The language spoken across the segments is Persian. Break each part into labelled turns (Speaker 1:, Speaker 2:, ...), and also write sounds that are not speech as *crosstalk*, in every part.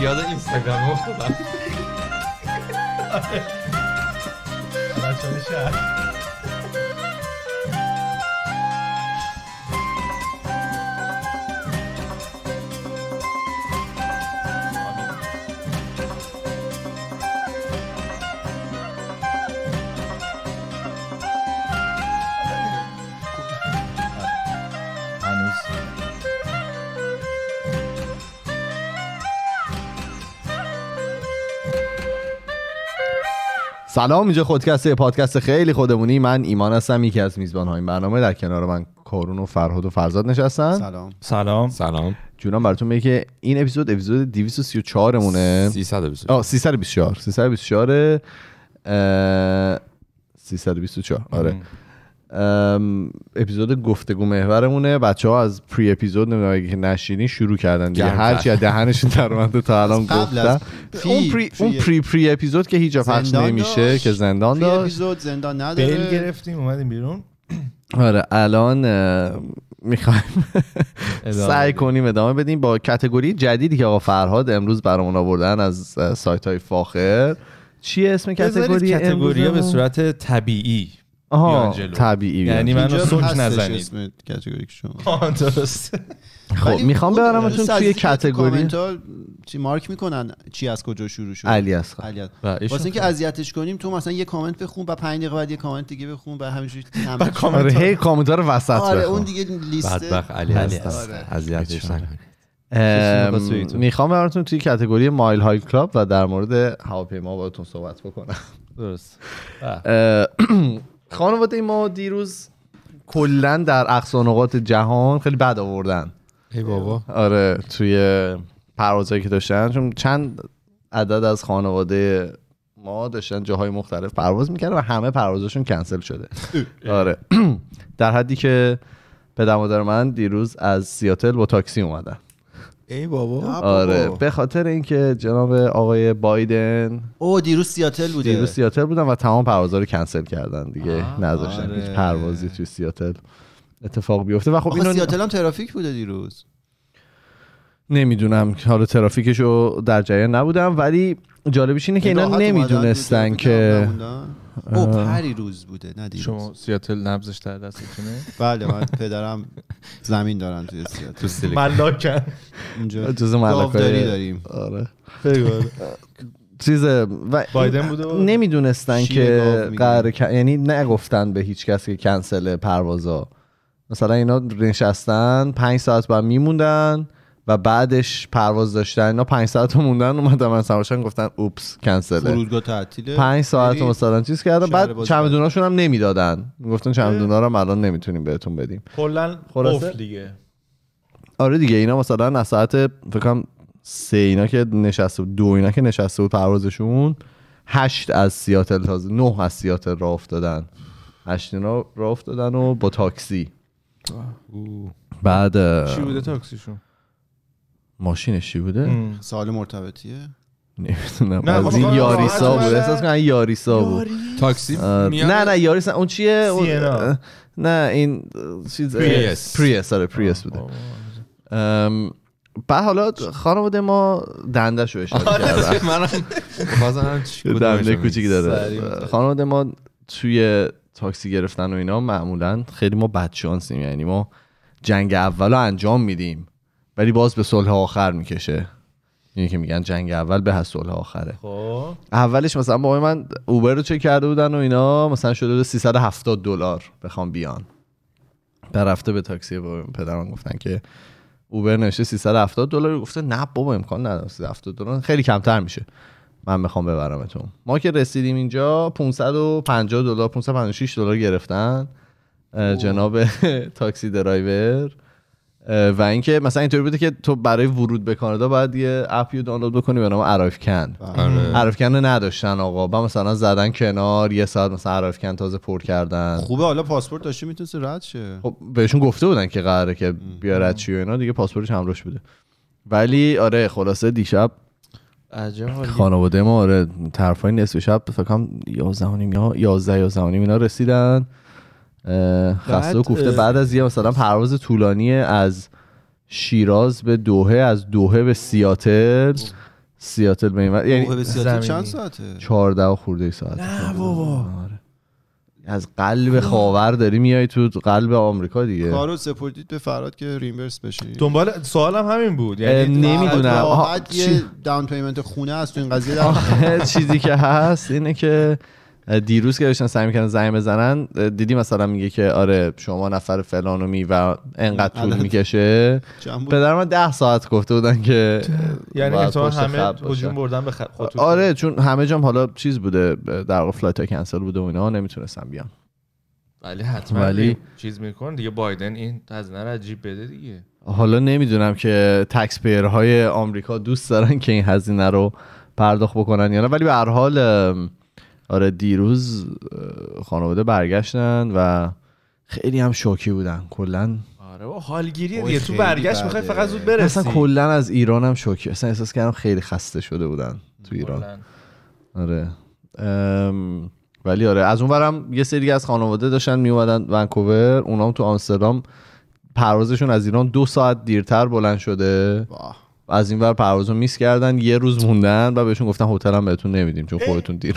Speaker 1: یا اینستاگرام افتادم
Speaker 2: بچه شهر
Speaker 3: هنوز سلام اینجا خودکست یه پادکست خیلی خودمونی من ایمان هستم یکی از میزبان این برنامه در کنار من کارون و فرهاد و فرزاد نشستن
Speaker 2: سلام
Speaker 4: سلام
Speaker 1: سلام
Speaker 3: جونم براتون میگه که این اپیزود اپیزود 234 مونه
Speaker 1: 324
Speaker 3: آه 324 324 اه، 324 آره ام، اپیزود گفتگو محورمونه بچه ها از پری اپیزود نمیدونم اگه نشینی شروع کردن دیگه
Speaker 1: گرم
Speaker 3: هر
Speaker 1: کرد.
Speaker 3: چی از دهنشون در اومده تا الان
Speaker 2: قبل
Speaker 3: گفتن
Speaker 2: از
Speaker 3: اون
Speaker 2: پری-
Speaker 3: پری
Speaker 2: پری-
Speaker 3: اون پری پری اپیزود که هیچ جا پخش
Speaker 2: زندان
Speaker 3: نمیشه
Speaker 2: داشت.
Speaker 3: که زندان
Speaker 2: توی
Speaker 3: داشت
Speaker 2: اپیزود زندان
Speaker 4: بیل
Speaker 2: نداره
Speaker 4: گرفتیم اومدیم بیرون
Speaker 3: آره الان میخوایم *laughs* سعی کنیم ادامه بدیم با کتگوری جدیدی که آقا فرهاد امروز برامون آوردن از سایت های فاخر چیه اسم کتگوری
Speaker 4: بذارید کتگوریا به
Speaker 3: امروزمون؟
Speaker 4: صورت طبیعی
Speaker 3: آها
Speaker 4: بیان جلو.
Speaker 3: طبیعی بیان.
Speaker 4: یعنی منو
Speaker 2: اینجا
Speaker 4: سوک
Speaker 2: هستش
Speaker 4: نزنید
Speaker 2: اسم کتگوریک شما.
Speaker 4: *laughs* آه، درست
Speaker 3: خب
Speaker 2: ولی
Speaker 3: میخوام
Speaker 2: اون
Speaker 3: ببرمتون
Speaker 2: دوست
Speaker 3: توی
Speaker 2: عزیزی که تو
Speaker 3: کتگوری
Speaker 2: کامنتا چی مارک میکنن چی از کجا شروع شد خب.
Speaker 3: علی اصغر.
Speaker 2: علی اصغر.
Speaker 4: و ایشون
Speaker 2: واسه اینکه اذیتش کنیم تو مثلا یه کامنت بخون و 5 دقیقه بعد یه کامنت دیگه بخون و همینجوری تمام
Speaker 4: و
Speaker 2: شد.
Speaker 4: کامنت
Speaker 3: آره
Speaker 4: ها.
Speaker 3: هی کامنت رو وسط
Speaker 2: آره اون
Speaker 3: بخون
Speaker 2: دیگه آره. لیست
Speaker 1: بدبخت علی
Speaker 4: علی
Speaker 1: هست
Speaker 4: هست.
Speaker 1: اذیتش نکنید
Speaker 3: ام،
Speaker 4: می‌خواد بگی تو؟
Speaker 3: میخوام براتون توی کتگوری مایل های کلاب و در مورد هواپیما باهاتون صحبت بکنم
Speaker 4: درست بله.
Speaker 3: اه، *clears throat* خانواده ما دیروز کلا در اقصا نقاط جهان خیلی بد آوردن
Speaker 1: ای بابا
Speaker 3: آره توی پروازهایی که داشتن چون چند عدد از خانواده ما داشتن جاهای مختلف پرواز میکردن و همه پروازشون کنسل شده آره *clears throat* در حدی که پدر مادر من دیروز از سیاتل با تاکسی اومدن
Speaker 1: ای بابا
Speaker 3: آره به خاطر اینکه جناب آقای بایدن
Speaker 2: او دیروز سیاتل بوده
Speaker 3: دیروز سیاتل بودن و تمام پروازها رو کنسل کردن دیگه
Speaker 2: آه،
Speaker 3: نذاشتن
Speaker 2: آره.
Speaker 3: هیچ پروازی توی سیاتل اتفاق بیفته و خب
Speaker 2: آخه
Speaker 3: اینو
Speaker 2: سیاتل هم ترافیک بوده دیروز
Speaker 3: نمیدونم حالا ترافیکش رو در جریان نبودم ولی جالبش اینه که اینا
Speaker 2: راحت اومدن،
Speaker 3: نمیدونستن
Speaker 2: دیروز ترافیک
Speaker 3: که
Speaker 2: هم نموندن. او پری روز بوده نه دیروز
Speaker 4: شما سیاتل نبزش در دستتونه
Speaker 2: بله من پدرم زمین دارم توی سیاتل
Speaker 1: تو سیلیکون
Speaker 4: ملاکن
Speaker 2: اونجا
Speaker 3: جز ملکای-
Speaker 2: داوطلبی داریم
Speaker 3: آره چیز و
Speaker 4: بایدن بوده و-
Speaker 3: نمیدونستن
Speaker 2: شیر
Speaker 3: که
Speaker 2: گاو می‌گیره.
Speaker 3: قرار کن- یعنی نگفتن به هیچ کس که کنسل پروازا مثلا اینا نشستن پنج ساعت بعد میموندن و بعدش پرواز داشتن اینا پنج ساعت رو موندن اومدن من سوارشان گفتن اوپس کنسله
Speaker 2: فرودگاه تعطیله
Speaker 3: پنج ساعت رو
Speaker 2: برید.
Speaker 3: مثلا چیز کردن
Speaker 2: شهر
Speaker 3: بعد
Speaker 2: باز
Speaker 3: چمدوناشون هم نمیدادن گفتن چمدونا رو هم الان نمیتونیم بهتون بدیم
Speaker 4: کلا
Speaker 3: خلاصه؟
Speaker 4: قفل دیگه
Speaker 3: آره دیگه اینا مثلا از ساعت فکر کنم سه اینا که نشسته بود دو اینا که نشسته بود پروازشون هشت از سیاتل تازه نه از سیاتل راه افتادن هشت اینا راه افتادن و با تاکسی بعد اه،
Speaker 4: چی بوده تاکسیشون
Speaker 3: ماشینش چی بوده
Speaker 2: سال مرتبطیه
Speaker 4: نه،
Speaker 3: نمیدونم از
Speaker 4: خب،
Speaker 3: این
Speaker 4: راحت
Speaker 3: یاریسا
Speaker 4: اومدن.
Speaker 3: بود احساس کنم این یاریسا بود
Speaker 1: تاکسی
Speaker 3: اه،
Speaker 1: میاد؟
Speaker 3: نه نه یاریس نه. اون چیه اون-
Speaker 4: سینا.
Speaker 3: اه، نه این اه، چیز اه،
Speaker 1: پریس.
Speaker 3: پریس آره پریس بوده ام، بعد حالا خانواده ما دندش رو اشاره کردن
Speaker 1: منم بازم هم چی بود
Speaker 3: دنده
Speaker 1: نمی‌شم.
Speaker 3: کوچیک
Speaker 4: سریع
Speaker 3: داره
Speaker 4: بزنید.
Speaker 3: خانواده ما توی تاکسی گرفتن و اینا معمولا خیلی ما بدشانسیم یعنی ما جنگ اول رو انجام میدیم ولی باز به صلح آخر میکشه اینی که میگن جنگ اول به از صلح آخره
Speaker 4: خب
Speaker 3: اولش مثلا با من اوبر رو چک کرده بودن و اینا مثلا شده بود 370 دلار بخوام بیان در رفته به تاکسی با پدرم گفتن که اوبر نوشته 370 دلار گفته نه بابا امکان نداره 370 دلار خیلی کمتر میشه من میخوام ببرمتون ما که رسیدیم اینجا 550 دلار 556 دلار گرفتن اه، جناب *laughs* تاکسی درایور اه، و اینکه مثلا اینطوری بوده که تو برای ورود به کانادا باید یه اپی رو دانلود بکنی به نام ارایف کن
Speaker 1: آره
Speaker 3: عرفکن رو نداشتن آقا با مثلا زدن کنار یه ساعت مثلا عرفکن تازه پر کردن
Speaker 2: خوبه حالا پاسپورت داشته میتونسته رد شه
Speaker 3: خب بهشون گفته بودن که قراره که بیارد چی و اینا دیگه پاسپورتش همراهش بوده ولی آره خلاصه دیشب
Speaker 4: عجب حالی.
Speaker 3: خانواده ما آره طرفای نصف شب فکر کنم 11 و نیم یا 11 11 و نیم اینا رسیدن اه، خسته و
Speaker 4: بعد،
Speaker 3: کوفته
Speaker 4: اه،
Speaker 3: بعد از یه مثلا پرواز طولانی از شیراز به دوهه از دوهه به سیاتل سیاتل به این ور-
Speaker 2: اوه،
Speaker 3: یعنی
Speaker 2: به سیاتل
Speaker 4: زمینی.
Speaker 2: چند ساعته
Speaker 3: 14 و خورده ای ساعت
Speaker 4: نه بابا.
Speaker 3: آره. از قلب خاور داری میای تو قلب آمریکا دیگه
Speaker 2: کارو سپردید به فراد که ریمبرس بشی
Speaker 4: دنبال سوالم همین بود
Speaker 3: اه،
Speaker 4: یعنی
Speaker 3: نمیدونم آها،
Speaker 2: بعد
Speaker 3: چی-
Speaker 2: یه داون پیمنت خونه است تو این قضیه در
Speaker 3: آخه *laughs* چیزی که هست اینه که دیروز که داشتن سعی میکنن زنگ بزنن دیدی مثلا میگه که آره شما نفر فلان و می و انقدر طول
Speaker 2: عدد.
Speaker 3: میکشه
Speaker 2: جمع بود.
Speaker 3: پدر من ده ساعت گفته بودن که
Speaker 4: یعنی
Speaker 3: باید
Speaker 4: امتحان
Speaker 3: پشت
Speaker 4: همه
Speaker 3: خط باشن.
Speaker 4: هجوم بردن به خط خطوط.
Speaker 3: آره چون همه جام حالا چیز بوده در واقع فلایت ها کنسل بوده و اینا نمیتونستم بیان
Speaker 4: ولی حتما
Speaker 3: ولی-
Speaker 4: چیز میکن دیگه بایدن این هزینه رو عجیب بده دیگه
Speaker 3: حالا نمیدونم که تکس های آمریکا دوست دارن که این هزینه رو پرداخت بکنن یا نه ولی به هر حال ام، آره دیروز اه، خانواده برگشتن و خیلی هم شوکی بودن کلا
Speaker 4: آره با حالگیری
Speaker 1: اوه،
Speaker 4: دیگه تو
Speaker 1: خیلی
Speaker 4: برگشت
Speaker 1: بده.
Speaker 4: میخوای فقط زود برسی
Speaker 3: اصلا کلا از ایران هم شوکی اصلا احساس کردم خیلی خسته شده بودن تو ایران
Speaker 4: کلاً.
Speaker 3: آره ام، ولی آره از اونورم یه سری دیگه از خانواده داشتن میومدن ونکوور اونا هم تو آمستردام پروازشون از ایران دو ساعت دیرتر بلند شده
Speaker 2: واه.
Speaker 3: از این ور پرواز رو میس کردن یه روز موندن و بهشون گفتن هتل هم بهتون نمیدیم چون خودتون دیر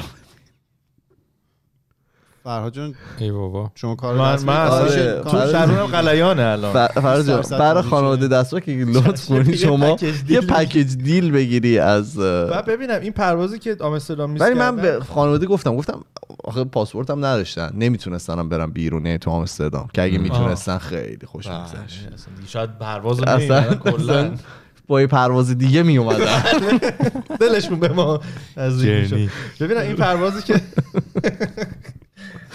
Speaker 2: فرهاد جون
Speaker 1: ای بابا
Speaker 2: شما کار
Speaker 4: من
Speaker 2: دست
Speaker 4: من
Speaker 2: می‌کنی.
Speaker 4: اصلا
Speaker 3: آره.
Speaker 4: تو درونم قلیانه الان
Speaker 3: ف- فرض جان،
Speaker 2: سرسد
Speaker 3: برای
Speaker 2: میشه.
Speaker 3: خانواده دستا که لطف
Speaker 4: چشم،
Speaker 3: کنی
Speaker 4: یه
Speaker 3: شما
Speaker 4: پکیج دیل
Speaker 3: یه
Speaker 4: بگیر.
Speaker 3: پکیج دیل بگیری از
Speaker 4: بعد ببینم این پروازی که آمستردام میز
Speaker 3: بله. ولی من به خانواده گفتم گفتم آخه پاسپورتم نداشتن نمیتونستنم برم بیرون یعنی تو آمستردام که اگه میتونستن خیلی خوش
Speaker 4: بله.
Speaker 3: میگذشت
Speaker 4: آره، شاید پرواز رو
Speaker 3: اصلا-
Speaker 4: نمی‌بینن کلاً
Speaker 3: اصلا. با یه پرواز دیگه میومدن
Speaker 4: دلشون به ما از ریگی شد.
Speaker 1: جرنی.
Speaker 4: ببینم این پروازی
Speaker 3: *laughs*
Speaker 4: که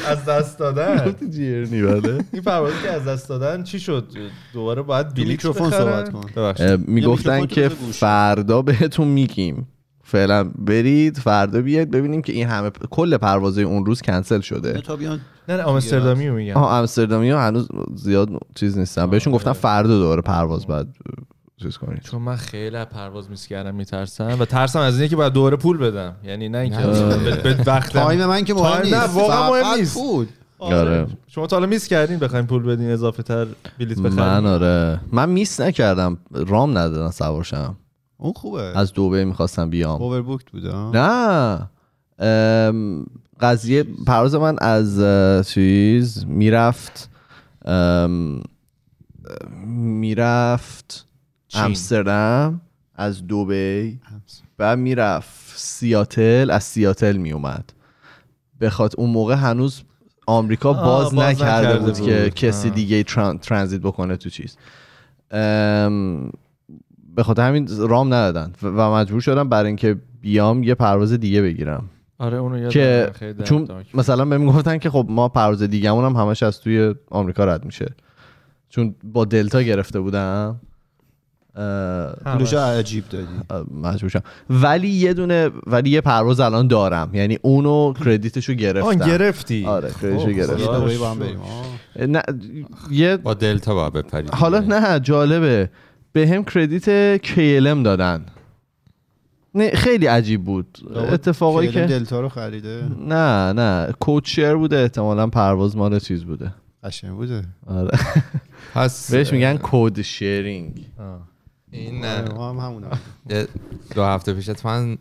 Speaker 4: از دست دادن
Speaker 3: جیرنی بله
Speaker 4: این پروازی که از دست دادن چی شد دوباره باید
Speaker 2: تو
Speaker 4: بلیت
Speaker 2: میکروفون
Speaker 4: بخرن؟
Speaker 2: صحبت کن.
Speaker 4: ببخشید.
Speaker 3: اه، میگفتن
Speaker 2: میکروفون
Speaker 3: که
Speaker 2: تو گوش.
Speaker 3: فردا بهتون میگیم فعلا برید فردا بیاید ببینیم که این همه کل پروازه اون روز کنسل
Speaker 2: نه
Speaker 3: شده
Speaker 2: تا بیان
Speaker 4: نه نه آمستردامی رو میگم
Speaker 3: آها امستردامی ها هنوز زیاد چیز نیستن بهشون گفتن فردا دوباره پرواز بعد چیز کنید
Speaker 4: چون من خیلی از پرواز میس کردم میترسم و ترسم از اینه که باید دوباره پول بدم یعنی نه اینکه به- به وقتم
Speaker 2: تایم من که
Speaker 4: تایم
Speaker 2: مهم نیست
Speaker 4: نه، واقعا مهم
Speaker 2: فقط
Speaker 4: نیست.
Speaker 2: پول
Speaker 3: آره.
Speaker 4: شما تا حالا میس کردین بخواین پول بدین اضافه تر بلیت
Speaker 3: من
Speaker 4: بخرین
Speaker 3: آره من میس نکردم رام ندادن سوارشم
Speaker 2: اون خوبه
Speaker 3: از دوبه میخواستم بیام
Speaker 2: اووربوکت بوده ها؟
Speaker 3: نه ام، قضیه پرواز من از اه، چیز میرفت ام، میرفت
Speaker 4: چین.
Speaker 3: امستردام از دوبی و میرفت سیاتل از سیاتل میومد بخاط اون موقع هنوز آمریکا
Speaker 4: آه، باز
Speaker 3: باز, نکرده
Speaker 4: نکرده
Speaker 3: بود, که
Speaker 4: بود.
Speaker 3: کسی
Speaker 4: آه.
Speaker 3: دیگه تران، ترانزیت بکنه تو چیز ام، به خاطر همین رام ندادن و- و مجبور شدم برای اینکه بیام یه پرواز دیگه بگیرم
Speaker 4: آره اونو یادم
Speaker 3: که
Speaker 4: خیلی دردناک
Speaker 3: چون
Speaker 4: بود.
Speaker 3: مثلا بهم گفتن که خب ما پرواز دیگه‌مون هم همش از توی آمریکا رد میشه چون با دلتا گرفته بودم اه،
Speaker 2: پولشو عجیب دادی
Speaker 3: مجبور شدم ولی یه دونه ولی یه پرواز الان دارم یعنی اونو کردیتشو گرفتم
Speaker 4: آن گرفتی
Speaker 3: آره کردیتشو
Speaker 4: خب،
Speaker 3: گرفتم
Speaker 4: خدا.
Speaker 2: یه دوبهی با هم بریم آه.
Speaker 3: نه یه
Speaker 1: با دلتا باید بپرید
Speaker 3: حالا نه جالبه به هم کردیت KLM دادن نه خیلی عجیب بود اتفاقایی
Speaker 2: خیلی
Speaker 3: که
Speaker 2: دلتا رو خریده
Speaker 3: نه نه کوچر بوده احتمالا پرواز مال چیز بوده
Speaker 2: قشنگ بوده
Speaker 3: آره.
Speaker 1: پس
Speaker 3: بهش میگن کد شیرینگ
Speaker 4: آه.
Speaker 1: این
Speaker 2: آره،
Speaker 1: اه،
Speaker 2: ما هم همونه
Speaker 1: یه دو هفته پیش اتفاقا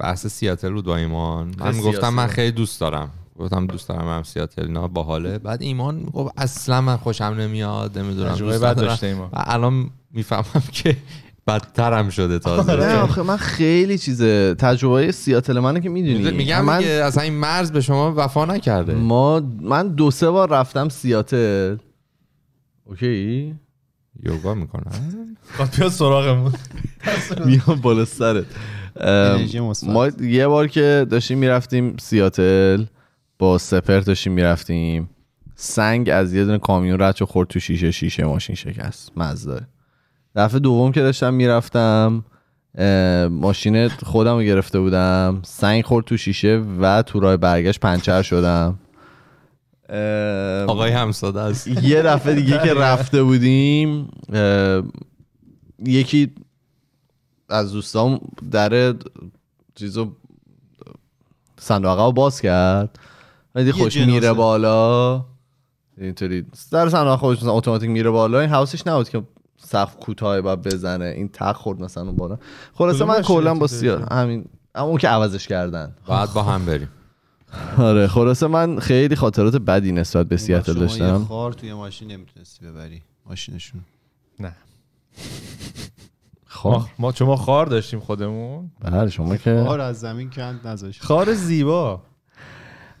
Speaker 1: بحث سیاتل بود با ایمان من
Speaker 3: خیلی
Speaker 1: گفتم من
Speaker 3: سیاسی.
Speaker 1: خیلی دوست دارم گفتم دوست دارم هم سیاتل نه *laughs* باحاله بعد ایمان گفت اصلا من خوشم نمیاد نمیدونم
Speaker 4: تجربه
Speaker 1: دوست
Speaker 4: بد
Speaker 1: ندارم.
Speaker 4: داشته ایمان.
Speaker 1: و الان میفهمم *laughs* که بدترم شده *laughs*
Speaker 4: آره.
Speaker 3: نه
Speaker 1: تازه
Speaker 3: آخه من خیلی چیزه تجربه سیاتل منو که میدونی
Speaker 1: میگم
Speaker 3: من
Speaker 1: که اصلا این مرز به شما وفا نکرده *laughs*
Speaker 3: ما من دو سه بار رفتم سیاتل اوکی
Speaker 1: یوگا *laughs* میکنم
Speaker 4: خب، بیا سراغمون
Speaker 3: میام بالا سرت ام،
Speaker 2: انرژی مثبت.
Speaker 3: ما یه بار که داشتیم میرفتیم سیاتل با سپر داشتیم میرفتیم سنگ از یه دونه کامیون رد شد خورد تو شیشه شیشه ماشین شکست مزده دفعه دوم که داشتم میرفتم ماشین خودم رو گرفته بودم سنگ خورد تو شیشه و تو راه برگشت پنچر شدم ام،
Speaker 1: آقای همساده است
Speaker 3: یه دفعه دیگه که رفته بودیم اه، یکی از دوستان در چیزو صندوق رو باز کرد ولی
Speaker 2: یه
Speaker 3: خوش
Speaker 2: جنازه.
Speaker 3: میره بالا اینطوری در صندوق خوش مثلا اتوماتیک میره بالا این حواسش نبود که سقف کوتاه باید بزنه این تق خورد مثلا اون بالا خلاصه من
Speaker 4: کدوم
Speaker 3: کلا با
Speaker 4: ماشینتون
Speaker 3: سیاه همین اما اون که عوضش کردن
Speaker 1: بعد با هم بریم
Speaker 3: آره خلاصه من خیلی خاطرات بدی نسبت به سیاتل
Speaker 2: خب، شما یه
Speaker 3: داشتم
Speaker 2: خار توی ماشین نمیتونستی ببری ماشینشون
Speaker 4: نه
Speaker 3: خب
Speaker 4: ما, ما چون ما خار داشتیم خودمون
Speaker 3: بله شما که
Speaker 2: خار از زمین کند
Speaker 3: خب،
Speaker 2: نذاشت
Speaker 4: خار زیبا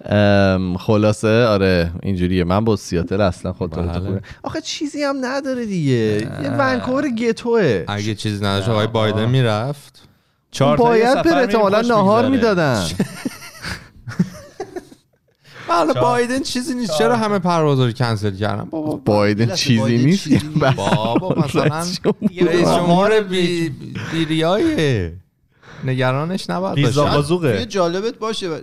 Speaker 3: ام، خلاصه آره اینجوریه من با سیاتل اصلا خاطرات
Speaker 1: بله.
Speaker 3: خوبه آخه چیزی هم نداره دیگه یه ونکوور گتوه
Speaker 1: اگه چیزی نداشت *laughs* آقای بایدن میرفت
Speaker 4: چهار تایی
Speaker 3: باید
Speaker 4: سفر
Speaker 3: بره
Speaker 4: می‌ریم،
Speaker 3: احتمالا
Speaker 4: خوش
Speaker 3: نهار
Speaker 4: می‌گذره.
Speaker 3: میدادن
Speaker 1: حالا بله، بایدن چیزی نیست چرا همه پرواز رو کنسل کردن بابا
Speaker 3: بایدن چیزی
Speaker 2: بایدن
Speaker 3: نیست یعنی
Speaker 2: چیزی نیست.
Speaker 3: بس.
Speaker 1: بابا
Speaker 3: *laughs*
Speaker 1: مثلا
Speaker 3: رئیس جمهور.
Speaker 1: رئیس جمهور بی... بیریایه نگرانش نباید
Speaker 4: ویزا
Speaker 1: باشن
Speaker 2: یه
Speaker 4: بازوقه
Speaker 2: جالبت باشه و-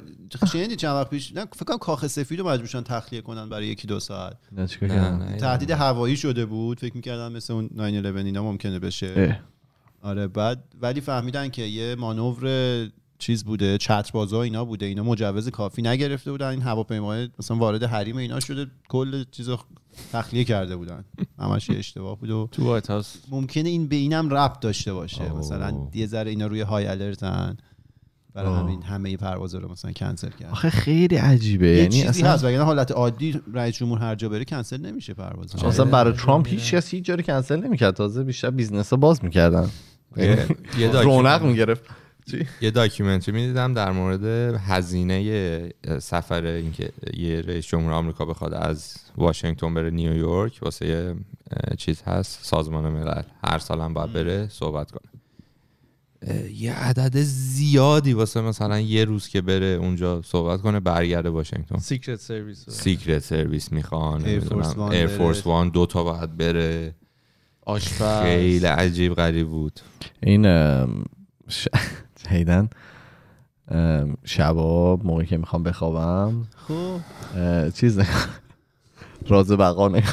Speaker 2: شنیدی چند وقت پیش نه فکر کنم کاخ سفید رو مجبور شدن تخلیه کنن برای یکی دو ساعت
Speaker 3: نه، چیکار
Speaker 1: نه،
Speaker 3: کردن؟
Speaker 1: نه،
Speaker 2: تهدید هوایی شده بود فکر میکردن مثل اون 911 اینا ممکنه بشه
Speaker 3: اه.
Speaker 2: آره بعد ولی فهمیدن که یه مانور چیز بوده چتربازا اینا بوده اینا مجوز کافی نگرفته بودن این هواپیمای مثلا وارد حریم اینا شده کل چیزو تخلیه کرده بودن همش یه اشتباه بود و
Speaker 4: تو وایت هاوس
Speaker 2: ممکنه این به اینم ربط داشته باشه
Speaker 1: آه.
Speaker 2: مثلا یه ذره اینا روی های الرتن برای
Speaker 3: آه.
Speaker 2: همین همه پروازا رو مثلا کنسل کرد
Speaker 3: آخه خیلی عجیبه
Speaker 2: یه
Speaker 3: یعنی
Speaker 2: چیزی
Speaker 3: اصلا
Speaker 2: هست وگرنه حالت عادی رئیس جمهور هر جا بره کنسل نمیشه پرواز
Speaker 3: اصلا برای ترامپ هیچ کس هیچ جوری کنسل نمیکرد تازه بیشتر بیزنس ها باز میکردن یعنی
Speaker 1: یه- یه
Speaker 3: آره. رونق
Speaker 1: داکیومنت-
Speaker 3: میگرفت
Speaker 1: یه داکیومنتری میدیدم در مورد هزینه سفر اینکه یه رئیس جمهور آمریکا بخواد از واشنگتن بره نیویورک واسه یه اه، چیز هست سازمان ملل هر سال هم باید بره صحبت کنه اه، یه عدد زیادی واسه مثلا یه روز که بره اونجا صحبت کنه برگرده واشنگتن
Speaker 4: سیکرت *laughs* سرویس
Speaker 1: سیکرت سرویس میخوان
Speaker 2: Air Force One بره.
Speaker 1: ایر فورس وان دو تا باید بره
Speaker 4: آشپز
Speaker 1: خیلی عجیب غریب بود
Speaker 3: این ام، ش... *laughs* حیدن ام، شبا موقعی که میخوام بخوابم
Speaker 2: خب
Speaker 3: اه، چیز نگاه- راز بقا نگاه.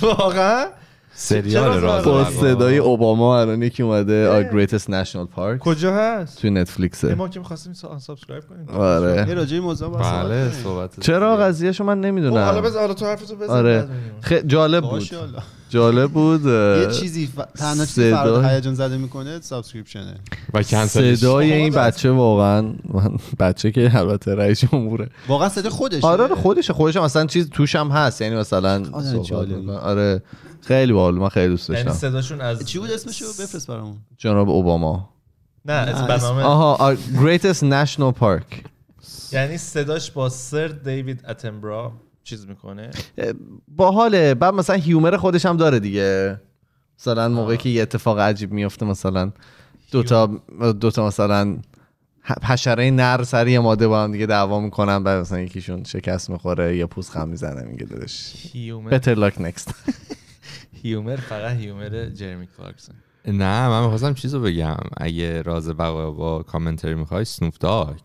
Speaker 4: واقعا
Speaker 1: سریال راز
Speaker 3: با
Speaker 1: بقا.
Speaker 3: صدای اوباما الان یکی اومده آ Greatest National Park
Speaker 4: کجا هست
Speaker 3: توی نتفلیکسه
Speaker 4: ما که می‌خواستیم سا- سابسکرایب کنیم
Speaker 2: یه
Speaker 3: آره
Speaker 2: راجع به موضوع باید صحبت
Speaker 1: بله
Speaker 2: کنیم.
Speaker 1: صحبت
Speaker 3: چرا قضیهشو من
Speaker 4: خب، حالا
Speaker 3: نمیدونم
Speaker 4: بذار حالا تو حرفتو بزن
Speaker 3: آره
Speaker 4: بعد می‌گیم.
Speaker 3: خی- جالب بود
Speaker 2: باشه حالا.
Speaker 3: جالب بود اه،
Speaker 2: یه چیزی ف... تنها چیزی
Speaker 3: صدا-
Speaker 2: فراد هیجان زده میکنه سابسکریپشنه
Speaker 1: و کنسلش
Speaker 3: صدای این
Speaker 4: خب،
Speaker 3: بچه واقعا من- بچه که البته رئیس جمهوره
Speaker 2: واقعا صدای خودش
Speaker 3: آره آره، خودشه خودش هم اصلا چیز توش هم هست یعنی مثلا
Speaker 2: آدم
Speaker 3: صحبت
Speaker 2: جالبی.
Speaker 3: می‌کنه. آره خیلی باحال من خیلی دوست
Speaker 4: یعنی
Speaker 3: داشتم
Speaker 4: صداشون از
Speaker 2: چی بود اسمشو بفرست برامون
Speaker 3: جناب اوباما
Speaker 4: نه از برنامه
Speaker 3: آها آ، Greatest National Park
Speaker 4: یعنی صداش با سر دیوید اتنبرا چیز میکنه
Speaker 3: باحاله بعد مثلا هیومر خودش هم داره دیگه مثلا موقعی که یه اتفاق عجیب میفته مثلا دوتا دوتا مثلا ح- حشره نر سر یه ماده با هم دیگه دعوا میکنن بعد مثلا یکیشون شکست میخوره یا پوست خم میزنه میگه دادش
Speaker 4: هیومر
Speaker 3: بتر لاک نکست
Speaker 4: هیومر فقط هیومر جرمی کلارکسون
Speaker 1: نه من میخواستم چیز رو بگم اگه راز بقا با کامنتری میخوای سنوپ داگ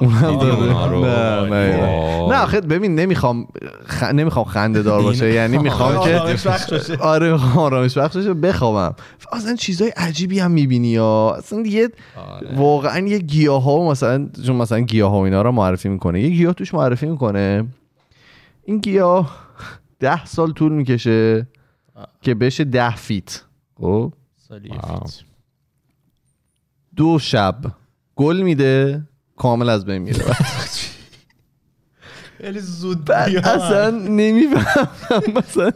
Speaker 3: اونم
Speaker 1: *laughs* دیدی اونا
Speaker 3: داره
Speaker 1: رو؟
Speaker 3: نه نه
Speaker 1: وای.
Speaker 3: نه آخه ببین نمیخوام خ... نمیخوام خنده دار باشه
Speaker 1: دینا.
Speaker 3: یعنی میخوام که
Speaker 4: آرامش بخش باشه.
Speaker 3: آره می‌خوام آرامش بخش باشه بخوابم اصلا چیزای عجیبی هم میبینی یا اصلا یه واقعا یه گیاه ها مثلا چون مثلا گیاه ها و اینا رو معرفی میکنه یه گیاه توش معرفی میکنه این گیاه ده سال طول میکشه که بشه ده فیت خب
Speaker 4: سالی
Speaker 1: واو.
Speaker 4: فیت.
Speaker 3: دو شب گل میده کامل از بین میره
Speaker 4: خیلی زود
Speaker 3: بعد
Speaker 4: بیان.
Speaker 3: اصلا نمیفهمم مثلا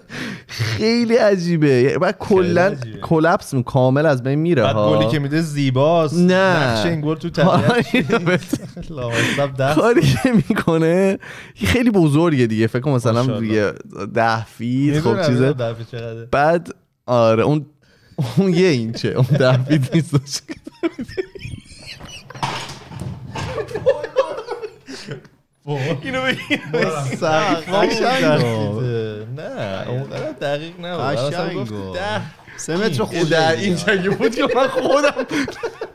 Speaker 3: خیلی عجیبه یعنی بعد کلا
Speaker 4: عجیبه.
Speaker 3: کلپس می- کامل از بین میره
Speaker 4: بعد
Speaker 3: ها
Speaker 4: گلی
Speaker 3: *laughs*
Speaker 4: که میده زیباست
Speaker 3: نه.
Speaker 4: نقش این گل تو
Speaker 3: آره، *laughs*
Speaker 4: طبیعت
Speaker 3: اینو بهت-
Speaker 4: لامصب دست
Speaker 3: کاری که میکنه خیلی بزرگه دیگه فکر کنم مثلا
Speaker 4: ماشاءالله.
Speaker 3: دیگه ده فیت
Speaker 4: می‌دونم،
Speaker 3: خب چیزه
Speaker 4: می‌دونم دفعه چقدره.
Speaker 3: بعد آره اون اون یه اینچه اون ده فیت نیست
Speaker 4: قشنگه. نه اونقدر دقیق نبود اصلا
Speaker 2: قشنگ
Speaker 4: گفت
Speaker 2: بود.
Speaker 4: ده
Speaker 2: سه متر
Speaker 3: در
Speaker 2: خورده
Speaker 3: این
Speaker 2: ای
Speaker 3: جنگ بود که من خودم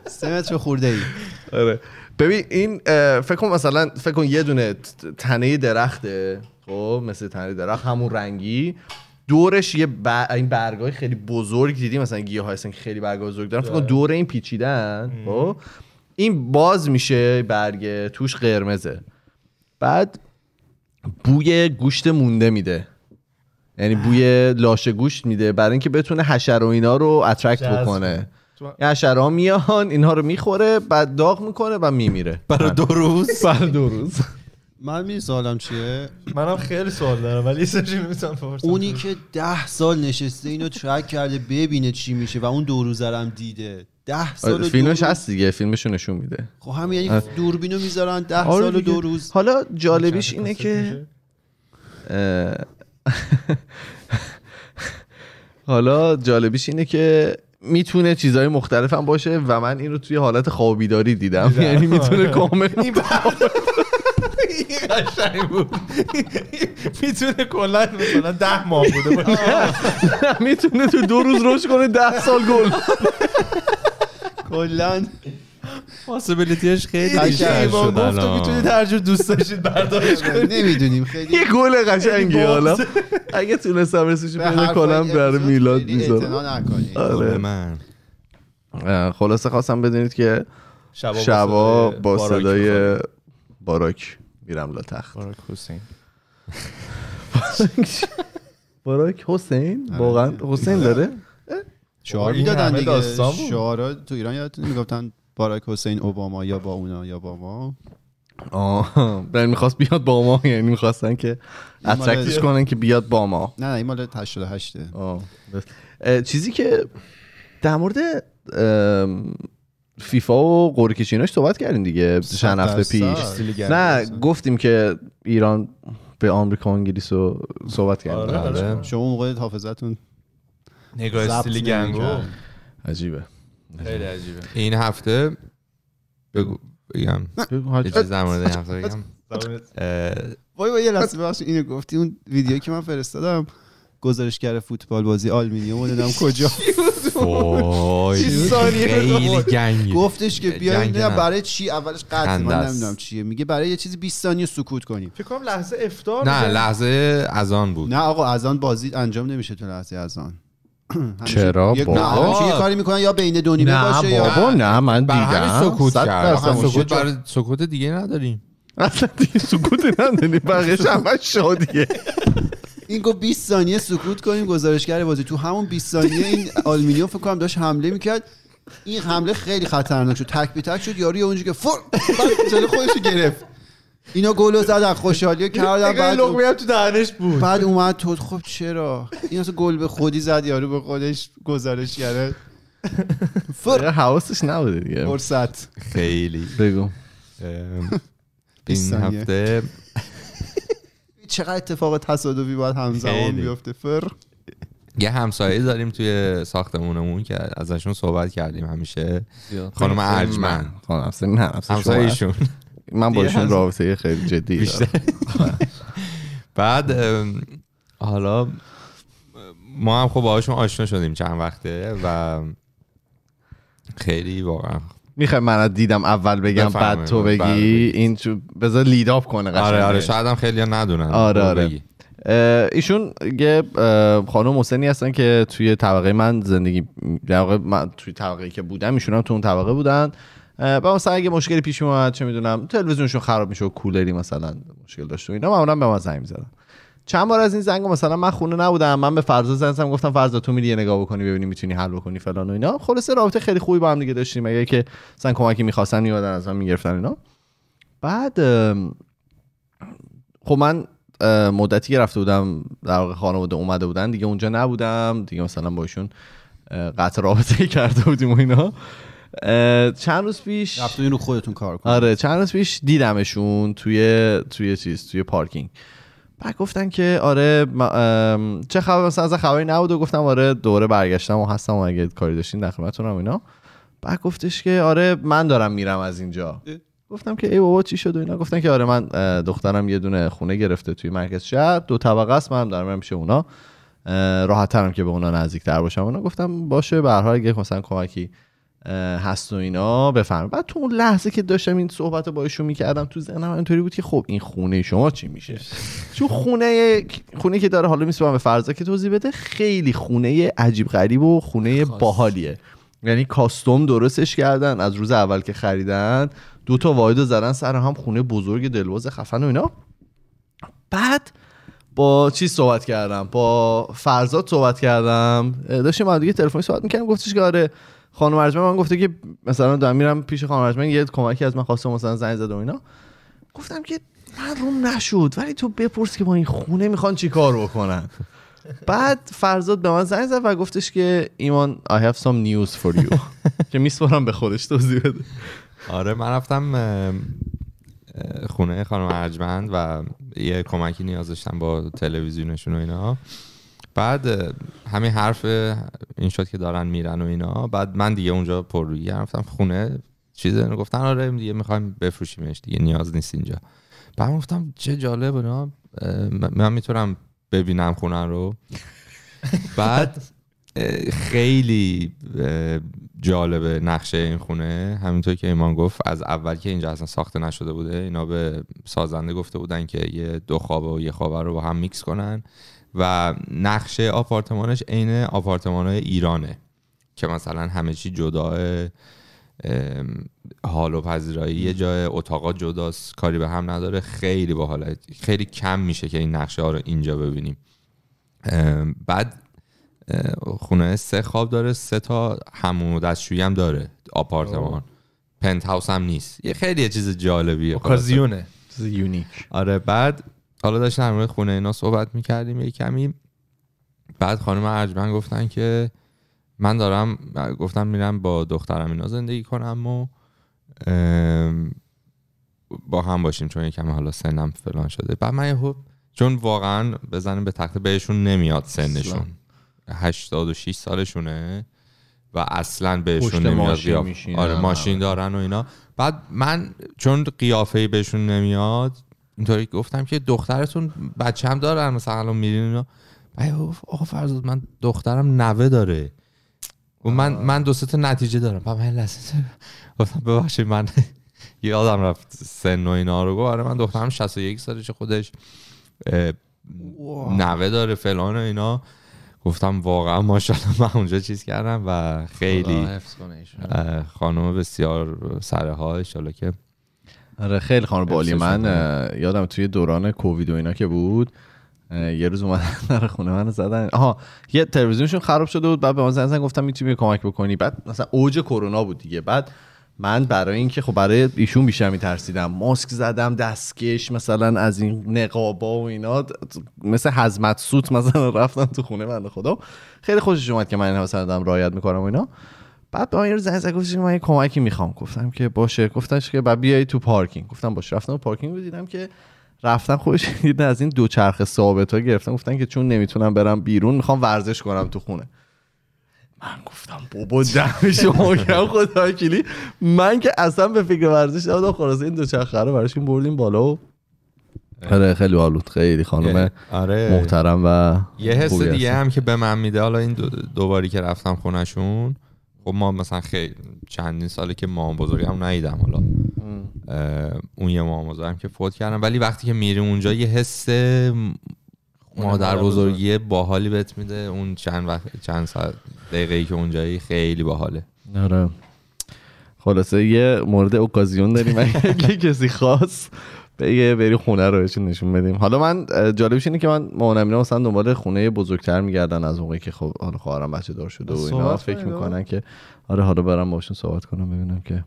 Speaker 2: سه متر خورده ای
Speaker 3: آره ببین این اه، فکر کن مثلا فکر کن یه دونه ت- تنه درخته خب مثل تنه درخت همون رنگی دورش یه بر... این برگای خیلی بزرگ دیدی مثلا گیاه هستن که خیلی برگ بزرگ دارن فکر کن دور این پیچیدن خب این باز میشه برگ توش قرمزه بعد بوی گوشت مونده میده یعنی بوی لاشه گوشت میده برای اینکه بتونه حشر و اینا رو اترکت
Speaker 4: جذب.
Speaker 3: بکنه یه حشره ها میان اینها رو میخوره بعد داغ میکنه و میمیره
Speaker 1: برای دو روز
Speaker 3: بعد دو روز
Speaker 2: من می سوالم چیه
Speaker 4: منم خیلی سوال دارم ولی سرچی نمیتونم بپرسم
Speaker 2: اونی که ده سال نشسته اینو ترک کرده ببینه چی میشه و اون دو روزه رو هم دیده ده سال و
Speaker 3: فیلمش
Speaker 2: دو روز.
Speaker 3: هست دیگه فیلمش رو نشون میده
Speaker 2: خب هم یعنی دوربینو میذارن ده
Speaker 3: آره
Speaker 2: سال و
Speaker 3: دیگه.
Speaker 2: دو روز
Speaker 3: حالا جالبیش اینه که اه، *laughs* حالا جالبیش اینه که میتونه چیزهای مختلف هم باشه و من این رو توی حالت خوابیداری دیدم یعنی میتونه کامل
Speaker 4: این *laughs* قشنگ بود میتونه کلا مثلا ده ماه بوده باشه
Speaker 3: *laughs* میتونه تو دو روز رشد کنه ده سال گل
Speaker 2: کلا
Speaker 1: پاسیبیلیتیش خیلی
Speaker 2: قشنگ
Speaker 1: بیشتر شد
Speaker 4: ایوان گفت تو
Speaker 1: الان.
Speaker 4: میتونی هر جور دوست داشتید برداشت کنید
Speaker 2: نمیدونیم خیلی
Speaker 3: یه گل قشنگی حالا
Speaker 4: بغضه.
Speaker 3: اگه تونستم رسوش
Speaker 2: به حرفای
Speaker 3: پیدا کنم در
Speaker 2: اپیزود
Speaker 3: میلاد
Speaker 2: خیلی
Speaker 3: میذارم
Speaker 2: اعتنا نکنید.
Speaker 1: به
Speaker 3: آره.
Speaker 1: من
Speaker 3: اه، خلاصه خواستم بدونید که
Speaker 4: شبا
Speaker 3: شبا با
Speaker 4: باراک
Speaker 3: صدای باراک میرم لا
Speaker 4: *laughs*
Speaker 3: تخت *laughs*
Speaker 4: باراک حسین
Speaker 3: باراک حسین واقعا حسین داره
Speaker 2: شعار
Speaker 4: این همه
Speaker 2: میدادن دیگه
Speaker 4: داستان بود.
Speaker 2: شعارا تو ایران یادتون میگفتن باراک حسین اوباما یا با اونا یا با ما
Speaker 3: آه برن میخواست بیاد با ما یعنی میخواستن که
Speaker 2: مال-
Speaker 3: اترکتش کنن که بیاد با ما
Speaker 2: نه نه این مال 88
Speaker 3: آه. اه، چیزی که در مورد ام، فیفا و قرعه کشیناش صحبت کردیم دیگه چند هفته
Speaker 2: درصد.
Speaker 3: پیش
Speaker 1: یعنی
Speaker 3: نه گفتیم که ایران به آمریکا و انگلیس رو صحبت کردیم بله.
Speaker 4: آره.
Speaker 1: آره.
Speaker 2: شما اون موقع حافظتون
Speaker 4: نگاه
Speaker 2: ضبط
Speaker 4: استیلی گنگو
Speaker 2: نمی‌کرد.
Speaker 3: عجیبه
Speaker 4: خیلی عجیبه
Speaker 1: این هفته بگو بگم یه چیز در مورد این هفته بگم اه،
Speaker 2: وای وای یه لحظه ببخشید اینو گفتی اون ویدیو که من فرستادم گزارشگر فوتبال بازی آلمینیوم دیدم کجا
Speaker 1: وای
Speaker 2: چیز ثانیه
Speaker 1: خیلی
Speaker 2: بود.
Speaker 1: گنگی
Speaker 2: گفتش که بیاین
Speaker 1: جنگ
Speaker 2: نه
Speaker 1: نه.
Speaker 2: برای چی اولش قطع
Speaker 1: خنده
Speaker 2: من
Speaker 1: است.
Speaker 2: نمیدونم چیه میگه برای یه چیزی 20 ثانیه سکوت کنیم
Speaker 4: فکر کنم لحظه افتار
Speaker 1: نه لحظه از آن بود
Speaker 2: نه آقا از آن بازی انجام نمیشه تو لحظه از آن *clears throat* همیشه
Speaker 3: چرا
Speaker 2: یک
Speaker 3: بابا؟
Speaker 2: نه، همیشه یه کاری میکنن یا بین دو نیمه باشه یا
Speaker 3: بابا نه من
Speaker 1: بر همین
Speaker 3: دیدم
Speaker 1: سکوت
Speaker 3: صد
Speaker 1: کرد
Speaker 3: درصد
Speaker 1: همون
Speaker 3: سکوت
Speaker 1: شد. برای سکوت دیگه نداریم
Speaker 3: اصلا دیگه سکوتی نداری بقیش همه
Speaker 1: *laughs*
Speaker 3: شادیه
Speaker 2: این گفت 20 ثانیه سکوت کنیم گزارشگر بازی تو همون 20 ثانیه این آلمینیوم فکر کنم داشت حمله میکرد این حمله خیلی خطرناک شد تک به تک شد یارو یه اونجا که فور بعد جلو خودش رو گرفت اینا گلو زدن خوشحالی رو کردن بعد
Speaker 4: لقمه هم تو دهنش بود
Speaker 2: بعد اومد تو خب چرا این اصلا گل به خودی زد یارو به خودش گزارش کرد فر
Speaker 3: حواسش نبوده دیگه
Speaker 2: فرصت
Speaker 1: خیلی
Speaker 3: بگو
Speaker 1: ام،
Speaker 2: بیست
Speaker 1: این
Speaker 2: ثانیه.
Speaker 1: هفته
Speaker 2: چقدر اتفاق تصادفی باید همزمان
Speaker 1: خیلی.
Speaker 2: بیفته فر
Speaker 1: یه همسایه داریم توی ساختمونمون که ازشون صحبت کردیم همیشه خانم ارجمند
Speaker 3: خانم افسر خب، نه افسر شما.
Speaker 1: همسایهشون
Speaker 3: من با ایشون
Speaker 1: دیگه
Speaker 3: رابطه خیلی جدی دارم
Speaker 1: بیشتر بعد ام، حالا ما هم خب باهاشون آشنا شدیم چند وقته و خیلی واقعا
Speaker 3: میخوای من از دیدم اول بگم
Speaker 1: بفرمایید.
Speaker 3: بعد تو
Speaker 1: بله،
Speaker 3: بگی
Speaker 1: بگید.
Speaker 3: این تو بذار لیداب کنه قشنگ
Speaker 1: آره آره شاید هم خیلی ندونن
Speaker 3: آره
Speaker 1: تو
Speaker 3: آره
Speaker 1: بگی.
Speaker 3: اه، ایشون یه اه، خانم حسینی هستن که توی طبقه من زندگی در واقع من توی طبقه که بودم ایشون هم تو اون طبقه بودن اه، و مثلا اگه مشکلی پیش اومد چه میدونم تلویزیونشون خراب میشه و کولری مثلا مشکل داشت و اینا معمولا به من زنگ میزدن چند بار از این زنگو مثلا من خونه نبودم من به فرزا زنگ زدم گفتم فرزا تو میری یه نگاه بکنی ببینی میتونی حل بکنی فلان و اینا خلاصه رابطه خیلی خوبی با هم دیگه داشتیم اگه که مثلا کمکی میخواستن میادن از من میگرفتن اینا بعد ام، خب من اه، مدتی که رفته بودم در واقع خانواده اومده بودن دیگه اونجا نبودم دیگه مثلا با ایشون اه، قطع رابطه کرده بودیم و اینا اه، چند روز پیش
Speaker 2: رفتون رو خودتون کار کن
Speaker 3: آره چند روز پیش دیدمشون توی توی چیز توی پارکینگ بعد گفتن که آره ما- ام، چه خبر مثلا از خبری نبود و گفتم آره دوره برگشتم و هستم و اگه کاری داشتین در خدمتتونم و اینا بعد گفتش که آره من دارم میرم از اینجا
Speaker 2: اه.
Speaker 3: گفتم که ای بابا چی شد و اینا گفتن که آره من اه، دخترم یه دونه خونه گرفته توی مرکز شهر دو طبقه است منم دارم میرم پیش اونا راحت ترم که به اونا نزدیکتر باشم اونا گفتم باشه به هر حال اگه مثلا کمکی اه، هست و اینا بفرمایید بعد تو اون لحظه که داشتم این صحبت رو با ایشون میکردم تو ذهنم اینطوری بود که خب این خونه شما چی میشه چون خونه خونه که داره حالا میسپارم به فرضا که توضیح بده خیلی خونه عجیب غریب و خونه باحالیه یعنی کاستوم درستش کردن از روز اول که خریدن دو تا واحد رو زدن سر هم خونه بزرگ دلواز خفن و اینا بعد با چی صحبت کردم با فرزاد صحبت کردم اه، داشتیم با هم دیگه تلفنی صحبت میکردم گفتش که آره خانم ارجمند من گفته که مثلا دارم میرم پیش خانم ارجمند یه کمکی از من خواسته مثلا زنگ زد و اینا گفتم که من روم نشد ولی تو بپرس که با این خونه میخوان چی کار بکنن بعد فرزاد به من زنگ زد و گفتش که ایمان I have some news for you که میسپارم به خودش توضیح بده
Speaker 1: آره من رفتم اه، خونه خانم ارجمند و یه کمکی نیاز داشتم با تلویزیونشون و اینا بعد اه، همین حرف این شد که دارن میرن و اینا بعد من دیگه اونجا پر روی رفتم خونه چیز اینا گفتن آره دیگه میخوایم بفروشیمش دیگه نیاز نیست اینجا بعد من گفتم چه جالب اینا اه، من- من میتونم ببینم خونه رو بعد اه، خیلی اه، جالبه نقشه این خونه همینطور که ایمان گفت از اول که اینجا اصلا ساخته نشده بوده اینا به سازنده گفته بودن که یه دو خوابه و یه خوابه رو با هم میکس کنن و نقشه آپارتمانش عین آپارتمان ایرانه که مثلا همه چی جداه ام، حال و پذیرایی یه جای اتاقا جداست کاری به هم نداره خیلی باحاله خیلی کم میشه که این نقشه ها رو اینجا ببینیم ام، بعد اه، خونه سه خواب داره سه تا همون و دستشویی هم داره آپارتمان پنت هاوس هم نیست یه خیلی یه چیز جالبیه
Speaker 4: خب،
Speaker 1: خلاصه.
Speaker 4: اوکازیونه
Speaker 3: چیز یونیک
Speaker 1: آره بعد حالا داشتیم در مورد خونه اینا صحبت میکردیم یه کمی بعد خانم ارجمند گفتن که من دارم گفتم میرم با دخترم اینا زندگی کنم و ام، با هم باشیم چون یکم حالا سنم فلان شده بعد من یهو چون واقعا بزنیم به تخته بهشون نمیاد سنشون 86 سالشونه و اصلا
Speaker 3: پشت
Speaker 1: بهشون نمیاد
Speaker 3: ماشین
Speaker 1: قیافه.
Speaker 3: میشینن
Speaker 1: آره ماشین
Speaker 3: همه.
Speaker 1: دارن و اینا بعد من چون قیافه ای بهشون نمیاد اینطوری گفتم که دخترتون بچه هم دارن مثلا الان میرین اینا بعد یهو گفت آقا فرزاد من دخترم نوه داره و من من دو سه تا نتیجه دارم بعد من لحظه گفتم ببخشید من *laughs* یادم رفت سن و اینا رو گفت آره من دخترم 61 سالشه خودش اه، نوه داره فلان و اینا گفتم واقعا ماشاءالله من اونجا چیز کردم و خیلی
Speaker 4: آره.
Speaker 1: اه، خانم بسیار سرها انشالله که
Speaker 3: آره خیلی خانم بالی
Speaker 1: احساس
Speaker 3: من اه، یادم توی دوران کووید و اینا که بود اه، یه روز اومدن *laughs* در خونه من زدن آها یه تلویزیونشون خراب شده بود بعد به من زنگ زدن گفتم میتونی کمک بکنی بعد مثلا اوج کرونا بود دیگه بعد من برای اینکه خب برای ایشون بیشتر میترسیدم ماسک زدم دستکش مثلا از این نقابا و اینا د- مثل حزمت سوت مثلا رفتم تو خونه بنده خدا خیلی خوشش اومد که من اینها مثلا دارم رعایت میکنم و اینا بعد به من یه روز زنگ زد گفتش که من یه کمکی میخوام گفتم که باشه گفتش که بعد بیای تو پارکینگ گفتم باشه رفتم تو پارکینگ رو دیدم که رفتن خودش *laughs* دیدن از این دوچرخه ثابت ها گرفتن گفتن که چون نمیتونم برم بیرون میخوام ورزش کنم تو خونه من گفتم بابا دم شما گرم *laughs* خدا وکیلی. من که اصلا به فکر ورزش نبودم خلاص این دوچرخه رو براشون بردیم بالا و آره خیلی آلود خیلی خانم
Speaker 1: آره
Speaker 3: محترم و
Speaker 1: یه حس
Speaker 3: خوبی
Speaker 1: دیگه
Speaker 3: هستن.
Speaker 1: هم که به من میده حالا این دو دوباری که رفتم خونشون خب ما مثلا خیلی چندین ساله که مام بزرگم ندیدم حالا اه، اون یه مام بزرگم که فوت کردم ولی وقتی که میری اونجا یه حس مادر بزرگی باحالی بهت میده اون چند وقت چند ساعت دقیقه ای که اونجایی خیلی باحاله
Speaker 3: آره خلاصه یه مورد اوکازیون داریم
Speaker 4: *laughs*
Speaker 3: اگه کسی خواست بگه بری خونه رو بهشون نشون بدیم حالا من اه، جالبش اینه که من مامانم اینا مثلا دنبال خونه بزرگتر میگردن از موقعی که خب حالا خواهرم بچه دار شده و اینا
Speaker 4: صحبت
Speaker 3: فکر
Speaker 4: کنید، آقا.
Speaker 3: میکنن که آره حالا برم باشون صحبت کنم ببینم که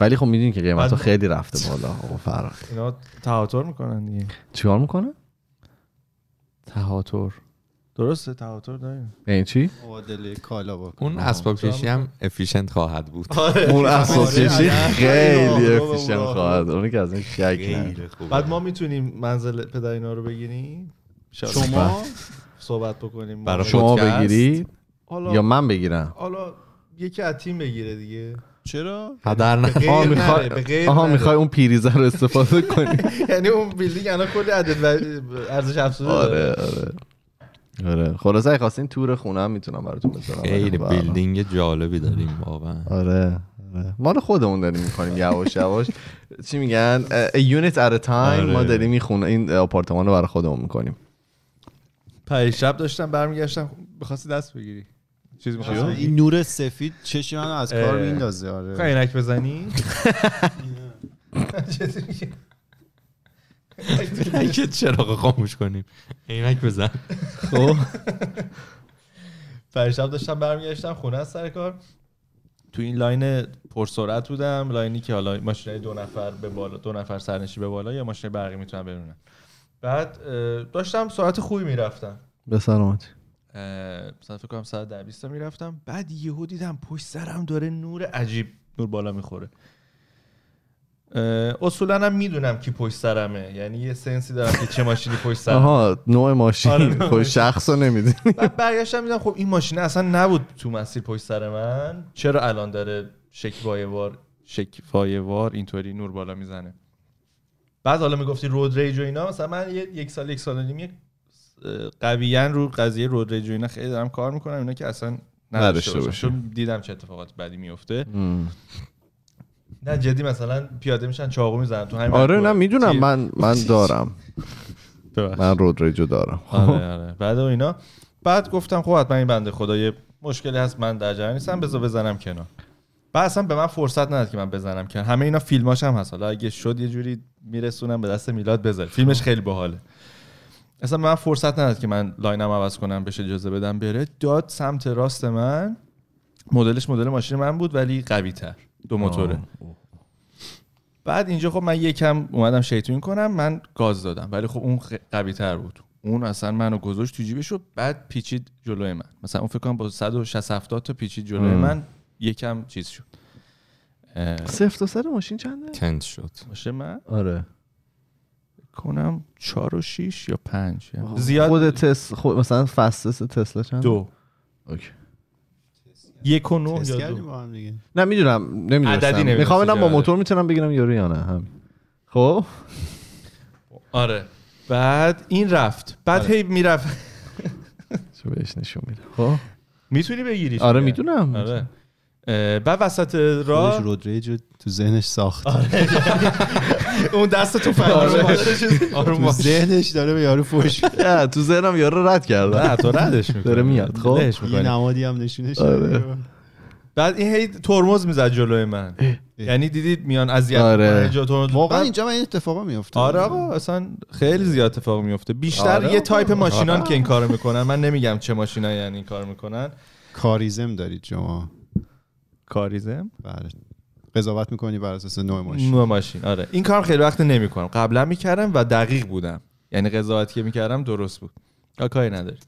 Speaker 3: ولی خب میدونی که قیمت
Speaker 4: بعد-
Speaker 3: خیلی رفته بالا آقا فرق
Speaker 4: اینا تهاتر میکنن دیگه
Speaker 3: چیکار میکنه
Speaker 4: تهاتر درسته تهاتر داریم
Speaker 3: یعنی چی
Speaker 2: معادله کالا با
Speaker 1: اون اسباب کشی هم افیشنت خواهد بود
Speaker 3: اون اساس
Speaker 4: آره،
Speaker 3: کشی
Speaker 4: آره.
Speaker 3: خیلی
Speaker 4: آره، آره.
Speaker 3: افیشن خواهد اونی که از این شک نه
Speaker 4: بعد ما میتونیم منزل پدر اینا رو بگیریم شاید
Speaker 2: شما
Speaker 4: صحبت بکنیم
Speaker 1: برای
Speaker 4: ما-
Speaker 3: شما
Speaker 1: پادکست؟
Speaker 3: بگیری
Speaker 4: حالا
Speaker 3: یا من بگیرم
Speaker 4: حالا یکی از تیم بگیره دیگه
Speaker 2: چرا
Speaker 1: هدر
Speaker 3: *laughs*
Speaker 4: به
Speaker 1: نه
Speaker 4: غیر
Speaker 3: آها
Speaker 4: نره، به
Speaker 3: میخوای
Speaker 4: غیر
Speaker 3: آها
Speaker 4: نره.
Speaker 3: میخوای اون پیریزه رو استفاده کنی
Speaker 4: یعنی اون بیلدینگ الان کلی عدد و ارزش افزوده داره
Speaker 3: *laughs* آره آره آره خلاصه اگه خواستین تور خونه هم میتونم براتون بذارم
Speaker 1: خیلی
Speaker 3: آره.
Speaker 1: بیلدینگ جالبی داریم واقعا
Speaker 3: آره آره مال خودمون داریم میکنیم یواش یواش چی میگن یونیت ات تایم ما
Speaker 1: آره.
Speaker 3: داریم این خونه این آپارتمان رو برای خودمون میکنیم
Speaker 4: پریشب داشتم برمیگشتم خب، میخواستی دست بگیری چیز
Speaker 2: اصلا
Speaker 4: میخواستی
Speaker 2: این نور سفید چشم منو از کار
Speaker 4: اه.
Speaker 2: میندازه آره
Speaker 4: عینک بزنی
Speaker 3: آره.
Speaker 1: *laughs* که چراغ خاموش کنیم عینک بزن
Speaker 4: خب فرشب داشتم برمیگشتم خونه از سر کار تو این لاین پرسرعت بودم لاینی که حالا ماشینای دو نفر به بالا دو نفر سرنشی به بالا یا ماشین برقی میتونن برونن بعد اه، داشتم ساعت خوبی میرفتم
Speaker 3: به سلامتی
Speaker 4: مثلا فکر کنم ساعت ده بیست میرفتم بعد یهو دیدم پشت سرم داره نور عجیب نور بالا میخوره اصولا هم میدونم کی پشت سرمه یعنی یه سنسی دارم که چه ماشینی پشت سرمه
Speaker 3: آها نوع
Speaker 4: آره،
Speaker 3: ماشین
Speaker 4: نوع
Speaker 3: خب شخص رو
Speaker 1: *laughs*
Speaker 3: نمیدونی
Speaker 4: بعد برگشتم دیدم خب این ماشینه اصلا نبود تو مسیر پشت سر من چرا الان داره شکفایه وار شکفایه وار اینطوری نور بالا میزنه بعد حالا میگفتی رود ریج و اینا مثلا من یه- یک سال یک سال و نیم اه، قویا رو قضیه رود ریج و اینا خیلی دارم کار میکنم اینا که اصلا
Speaker 3: نداشته
Speaker 4: نداشته باشم
Speaker 3: باشی.
Speaker 4: چون دیدم چه اتفاقات بدی میفته نه جدی مثلا پیاده میشن چاقو میزنن تو همین
Speaker 3: آره
Speaker 4: مسیر.
Speaker 3: نه میدونم من من دارم
Speaker 4: ببخشید.
Speaker 3: من رودریجو دارم
Speaker 4: آره آره بعد و اینا بعد گفتم خب حتما این بنده خدا یه مشکلی هست من در جریان نیستم بذار بزنم کنار بعد اصلا به من فرصت نداد که من بزنم کنار همه اینا فیلماش هم هست حالا اگه شد یه جوری میرسونم به دست میلاد بذاره فیلمش خیلی باحاله اصلا به من فرصت نداد که من لاینم عوض کنم بشه اجازه بدم بره داد سمت راست من مدلش مدل ماشین من بود ولی قوی تر دو موتوره بعد اینجا خب من یکم اومدم شیطون کنم من گاز دادم ولی خب اون قوی تر بود اون اصلا منو گذاشت تو جیبش و بعد پیچید جلوی من مثلا اون فکر کنم با 160 70 تا پیچید جلوی من یکم چیز شد اه،
Speaker 3: سفت و سر ماشین چنده
Speaker 1: تند شد
Speaker 4: باشه من
Speaker 3: آره
Speaker 4: کنم 4 و 6 یا 5
Speaker 3: زیاد
Speaker 4: زیاد
Speaker 3: خود تس خود مثلا فستس تسلا چند
Speaker 4: دو
Speaker 3: اوکی.
Speaker 4: یک و نه
Speaker 2: حس
Speaker 4: یا
Speaker 2: کردیم
Speaker 4: دو
Speaker 2: با هم دیگه
Speaker 3: نه میدونم
Speaker 4: عددی
Speaker 3: نمیدونم
Speaker 4: نمی‌دونستی
Speaker 3: میخوام اینم با
Speaker 4: چقدره.
Speaker 3: موتور میتونم بگیرم یارو یا نه هم خب
Speaker 4: آره بعد این رفت بعد هی میرفت
Speaker 3: چه بهش نشون میده خب
Speaker 4: میتونی بگیریش
Speaker 3: آره
Speaker 4: دیگه.
Speaker 3: میدونم
Speaker 4: آره اه، بعد وسط
Speaker 2: خودش
Speaker 4: راه
Speaker 2: رودریج رو تو ذهنش ساخت *laughs*
Speaker 4: اون دست تو
Speaker 3: آره.
Speaker 4: فرمون آروم
Speaker 2: تو
Speaker 4: آره. باش
Speaker 2: ذهنش داره به یارو فوش می‌ده.
Speaker 3: نه، تو ذهنم یارو رد کرده
Speaker 4: نه تو ردش میکنی
Speaker 3: داره میاد، خب.
Speaker 4: لهش
Speaker 2: یه
Speaker 4: می‌کنی.
Speaker 2: نمادی هم نشونش
Speaker 3: آره.
Speaker 2: داره.
Speaker 4: بعد این هی ترمز میزد جلوی من یعنی دیدید میان اذیت
Speaker 3: آره.
Speaker 4: می‌کنن، اینجا ترمز
Speaker 2: واقعا
Speaker 4: بعد-
Speaker 2: اینجا من این اتفاقا میفته
Speaker 4: آره آقا اصلا خیلی زیاد اتفاق میفته بیشتر
Speaker 3: آره
Speaker 4: یه
Speaker 3: آقا.
Speaker 4: تایپ ماشینان که این کارو میکنن من نمیگم چه ماشینایی یعنی این کارو میکنن
Speaker 2: کاریزم دارید شما
Speaker 4: کاریزم
Speaker 2: بله قضاوت میکنی بر اساس نوع ماشین
Speaker 4: نوع ماشین آره این کار خیلی وقت نمیکنم قبلا میکردم و دقیق بودم یعنی قضاوتی که میکردم درست بود آه، کاری نداری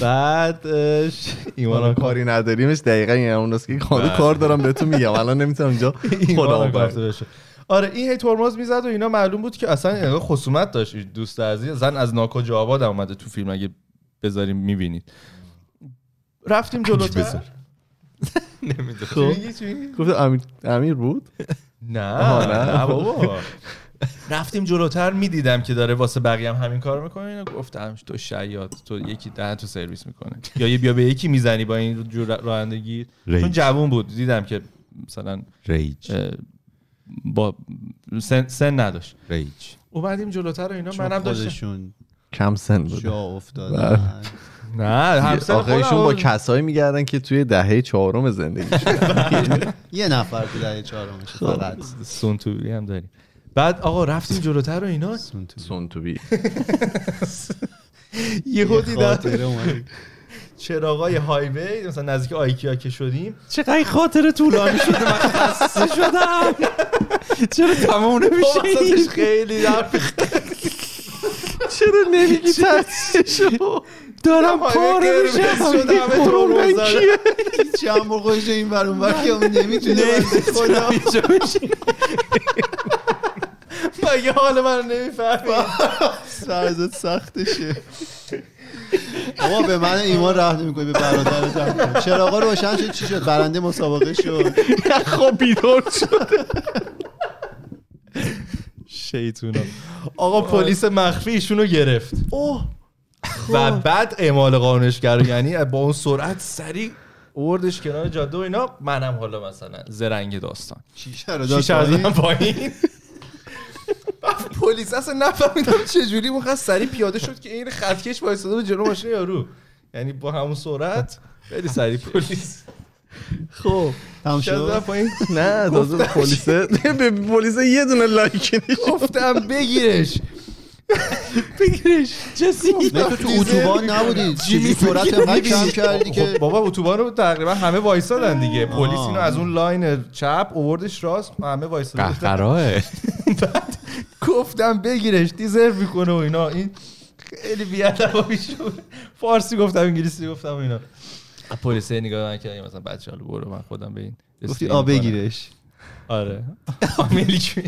Speaker 4: بعد اه، ش-
Speaker 3: حالا
Speaker 4: ایمان
Speaker 3: کاری نداریمش دقیقا این اوناست که حالا
Speaker 4: بله.
Speaker 3: کار دارم بهتون میگم الان نمیتونم
Speaker 4: *laughs*
Speaker 3: اینجا
Speaker 4: خدا
Speaker 3: خودم بر
Speaker 4: گفته بشه آره این هی ترمز میزد و اینا معلوم بود که اصلا انگار خصومت داشت این دوست عزیز زن از ناکجا آباد اومده تو فیلم اگه بذاریم میبینید رفتیم جلوتر *laughs* چی
Speaker 3: خب.
Speaker 4: میگی، چی میگی؟
Speaker 3: گفت امیر, امیر بود
Speaker 4: نه
Speaker 3: آها، نه.
Speaker 4: نه
Speaker 3: *laughs*
Speaker 4: بابا رفتیم جلوتر میدیدم که داره واسه بقیه هم همین کار میکنه اینو گفتم تو شیاد تو یکی دهن تو سرویس میکنه یا یه بیا به یکی میزنی با این جور رانندگی چون
Speaker 1: ریج.
Speaker 4: جوون بود دیدم که مثلا
Speaker 1: ریج
Speaker 4: اه، با سن, سن نداشت
Speaker 1: ریج
Speaker 4: اومدیم جلوتر و اینا
Speaker 2: چون
Speaker 4: منم داشتم
Speaker 2: خودشون
Speaker 3: کم سن بود
Speaker 2: جا افتادن
Speaker 4: نه همسر
Speaker 3: آخه
Speaker 4: خودم
Speaker 3: ایشون با
Speaker 4: بود.
Speaker 3: کسایی میگردن که توی دهه چهارم زندگیشون
Speaker 2: یه نفر تو دهه چهارمش فقط
Speaker 4: سونتوری هم داریم بعد آقا رفتیم جلوتر و اینا
Speaker 3: سون تو
Speaker 4: *laughs*
Speaker 3: بی
Speaker 4: یهو
Speaker 2: یه
Speaker 4: دیدم
Speaker 2: خاطره اومد.
Speaker 4: چراغای هایوی مثلا نزدیک آیکیا که شدیم
Speaker 5: چقدر خاطر طولانی شده من خسته شدم چرا تمام
Speaker 4: وسطش
Speaker 5: نمیشه
Speaker 4: خب، خیلی حرف
Speaker 5: چرا نمیگی ترسشو دارم
Speaker 4: آره،
Speaker 5: پاره
Speaker 4: قرمز شده، همه ترمز
Speaker 5: میشم
Speaker 4: زده.
Speaker 5: کیه
Speaker 2: هیچ هم با خودش این بر اون بر که اون نمیتونه بنده خدا.
Speaker 5: اینجا بشین.
Speaker 4: مگه حال من نمیفهمی
Speaker 2: سر ازت سختشه آقا به من ایمان رحم نمی‌کنی به برادرت رحم کن. چراغا روشن شد چی شد برنده مسابقه شد
Speaker 3: خب بیدار شد
Speaker 4: شیطونا آقا پلیس مخفی ایشونو گرفت و بعد اعمال قانونشگر یعنی با اون سرعت سریع اوردش کنار جاده و اینا منم حالا مثلا زرنگ داستان
Speaker 2: شیشه رو
Speaker 4: شیشه
Speaker 2: داد
Speaker 4: از
Speaker 2: پایین.
Speaker 4: من پایین بعد پلیس اصلا نفهمیدم چه جوری اون خط سریع پیاده شد که این خطکش وایساده به جلو ماشین یارو یعنی با همون سرعت خیلی سریع پلیس
Speaker 3: خب
Speaker 2: تمام
Speaker 4: شاید
Speaker 2: شد
Speaker 4: رفت پایین.
Speaker 3: نه تازه پلیس به پلیس یه دونه لایک نشون
Speaker 1: گفتم بگیرش
Speaker 5: بگیرش جسی
Speaker 2: نه تو تو اتوبان نبودی چجوری سرعت انقدر کم کردی
Speaker 4: خب
Speaker 2: که
Speaker 4: بابا اتوبان رو تقریبا همه وایسادن دیگه پلیس
Speaker 2: آه.
Speaker 4: اینو از اون لاین چپ اووردش راست همه وایسادن
Speaker 1: قهقراه
Speaker 4: گفتم بگیرش دیزر میکنه و اینا این خیلی بیادبایی شد فارسی گفتم انگلیسی گفتم و اینا پلیس هی نگاه من کرد مثلا بچه حالا برو من خودم به این
Speaker 2: گفتی
Speaker 4: رسیدگی
Speaker 2: آ
Speaker 4: می‌کنم.
Speaker 2: بگیرش
Speaker 4: آره *laughs* میلیک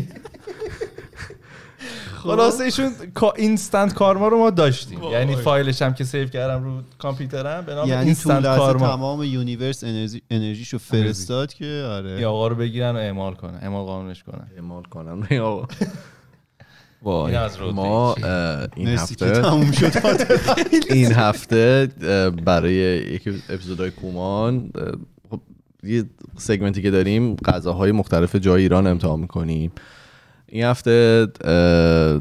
Speaker 4: خلاصه ایشون کا- اینستنت کارما رو ما داشتیم یعنی فایلش هم که سیو کردم رو کامپیوترم به نام
Speaker 2: یعنی تو
Speaker 4: اینستنت
Speaker 2: لحظه
Speaker 4: کارما
Speaker 2: تمام یونیورس انرژی انرژیشو فرستاد که
Speaker 4: یا
Speaker 2: آره
Speaker 4: آقا رو بگیرن و اعمال کنن اعمال قانونش کنن
Speaker 3: اعمال کنم نه آقا.
Speaker 4: این از رتبه
Speaker 3: ما
Speaker 4: یکی.
Speaker 3: اه، این
Speaker 2: مرسی که
Speaker 3: هفته
Speaker 2: تموم شد
Speaker 3: این هفته اه، برای یکی اپیزودهای کومان اه، خب، یه سگمنتی که داریم غذاهای مختلف جای ایران امتحان میکنیم این هفته اه،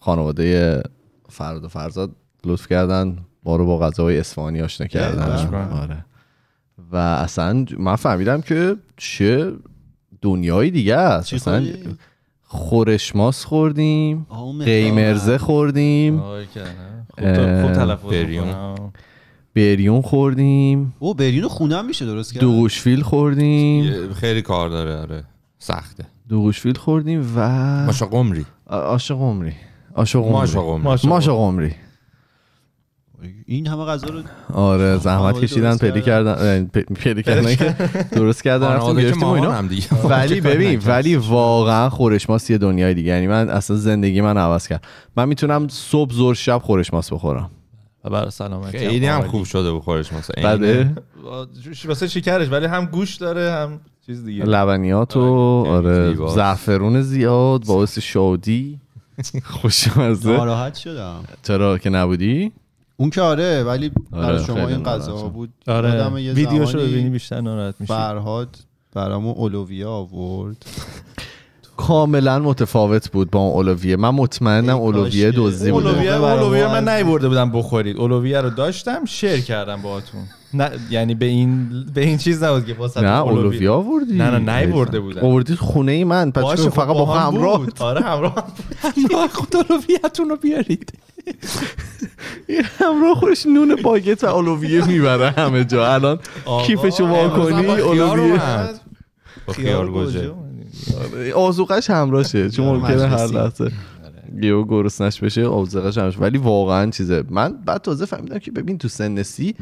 Speaker 3: خانواده فرد و فرزاد لطف کردن ما رو با غذاهای اصفهانی آشنا کردن
Speaker 4: بله.
Speaker 3: آره. و اصلا من فهمیدم که چه دنیای دیگه است
Speaker 2: چی
Speaker 3: اصلا
Speaker 2: خوردی؟
Speaker 3: خورشماس خوردیم
Speaker 2: آه، اون
Speaker 3: قیمرزه خوردیم
Speaker 4: آره که نه. خوب تا- خوب
Speaker 3: اه،
Speaker 4: تلفظ
Speaker 1: بریون.
Speaker 4: می‌کنم.
Speaker 3: بریون خوردیم
Speaker 2: او بریون خونه هم میشه درست کرد
Speaker 3: دوگوشفیل خوردیم
Speaker 1: یه- خیلی کار داره آره سخته
Speaker 3: دوگوشفیل خوردیم و
Speaker 1: ماشا قمری
Speaker 3: آ- آش قمری آش
Speaker 1: ماشا
Speaker 3: قمری
Speaker 1: قمری
Speaker 3: ماش قمری
Speaker 2: این همه غذا رو
Speaker 3: آره زحمت
Speaker 2: خانواده
Speaker 3: کشیدن
Speaker 2: درست
Speaker 3: پلی
Speaker 2: کردن.
Speaker 3: کردن اه، پ- پلی کردن که *laughs* درست کردن رفتیم
Speaker 1: خانواده که
Speaker 3: گرفتیم و
Speaker 1: آره، مامان
Speaker 3: اینا
Speaker 1: هم خب، دیگه
Speaker 3: ولی ببین ولی واقعا خورش ماست یه دنیای دیگه یعنی من اصلا زندگی من عوض کرد من میتونم صبح زور شب خورش ماست بخورم
Speaker 4: و برای سلامتی
Speaker 1: *laughs* خیلی هم
Speaker 4: عالی.
Speaker 1: خوب شده بخورش مثلا
Speaker 3: بعد
Speaker 4: آه، ش- واسه شکرش ولی هم گوش داره هم چیز دیگه
Speaker 3: لبنیات و
Speaker 1: آره،
Speaker 3: آره
Speaker 1: زیباست.
Speaker 3: زعفرون زیاد باعث شادی
Speaker 1: *laughs*
Speaker 3: خوشمزه
Speaker 2: ناراحت شدم
Speaker 3: چرا که نبودی
Speaker 2: اون که آره ولی برای شما
Speaker 3: خیلی
Speaker 2: این غذا
Speaker 3: ناراحتم.
Speaker 2: بود
Speaker 4: آره
Speaker 2: یادم یه
Speaker 4: ویدیوشو
Speaker 2: زمانی
Speaker 4: ببینی بیشتر ناراحت میشی
Speaker 2: فرهاد برامون اولویا آورد
Speaker 3: کاملا متفاوت بود با اون اولویه من مطمئنم
Speaker 2: ای
Speaker 3: اولویه
Speaker 2: کاش که-
Speaker 3: دزدی بوده
Speaker 4: اولویه
Speaker 2: بوده.
Speaker 4: اولویه من نیورده بودم بخورید اولویه رو داشتم شیر کردم باهاتون نه یعنی به این به این چیز نبود که واسه
Speaker 3: نه اولویه آوردی
Speaker 4: نه، نه، نیاورده بودم.
Speaker 3: آوردی خونه ای من پس
Speaker 4: باشه،
Speaker 3: چون
Speaker 4: خب
Speaker 3: فقط با
Speaker 4: هم
Speaker 3: همراه
Speaker 4: بود. آره همراه هم بود.
Speaker 5: همراه خود اولویتون رو بیارید
Speaker 3: *laughs* همراه خودش نون باگت و اولویه میبره همه جا الان کیفشو وا کنی اولویه
Speaker 1: با خیار گوجه
Speaker 3: آزوقش همراشه چون
Speaker 4: آره،
Speaker 3: ممکنه هر لحظه یهو گرسنش بشه آزوقش همراشه ولی واقعا چیزه من بعد تازه فهمیدم که ببین تو سن سی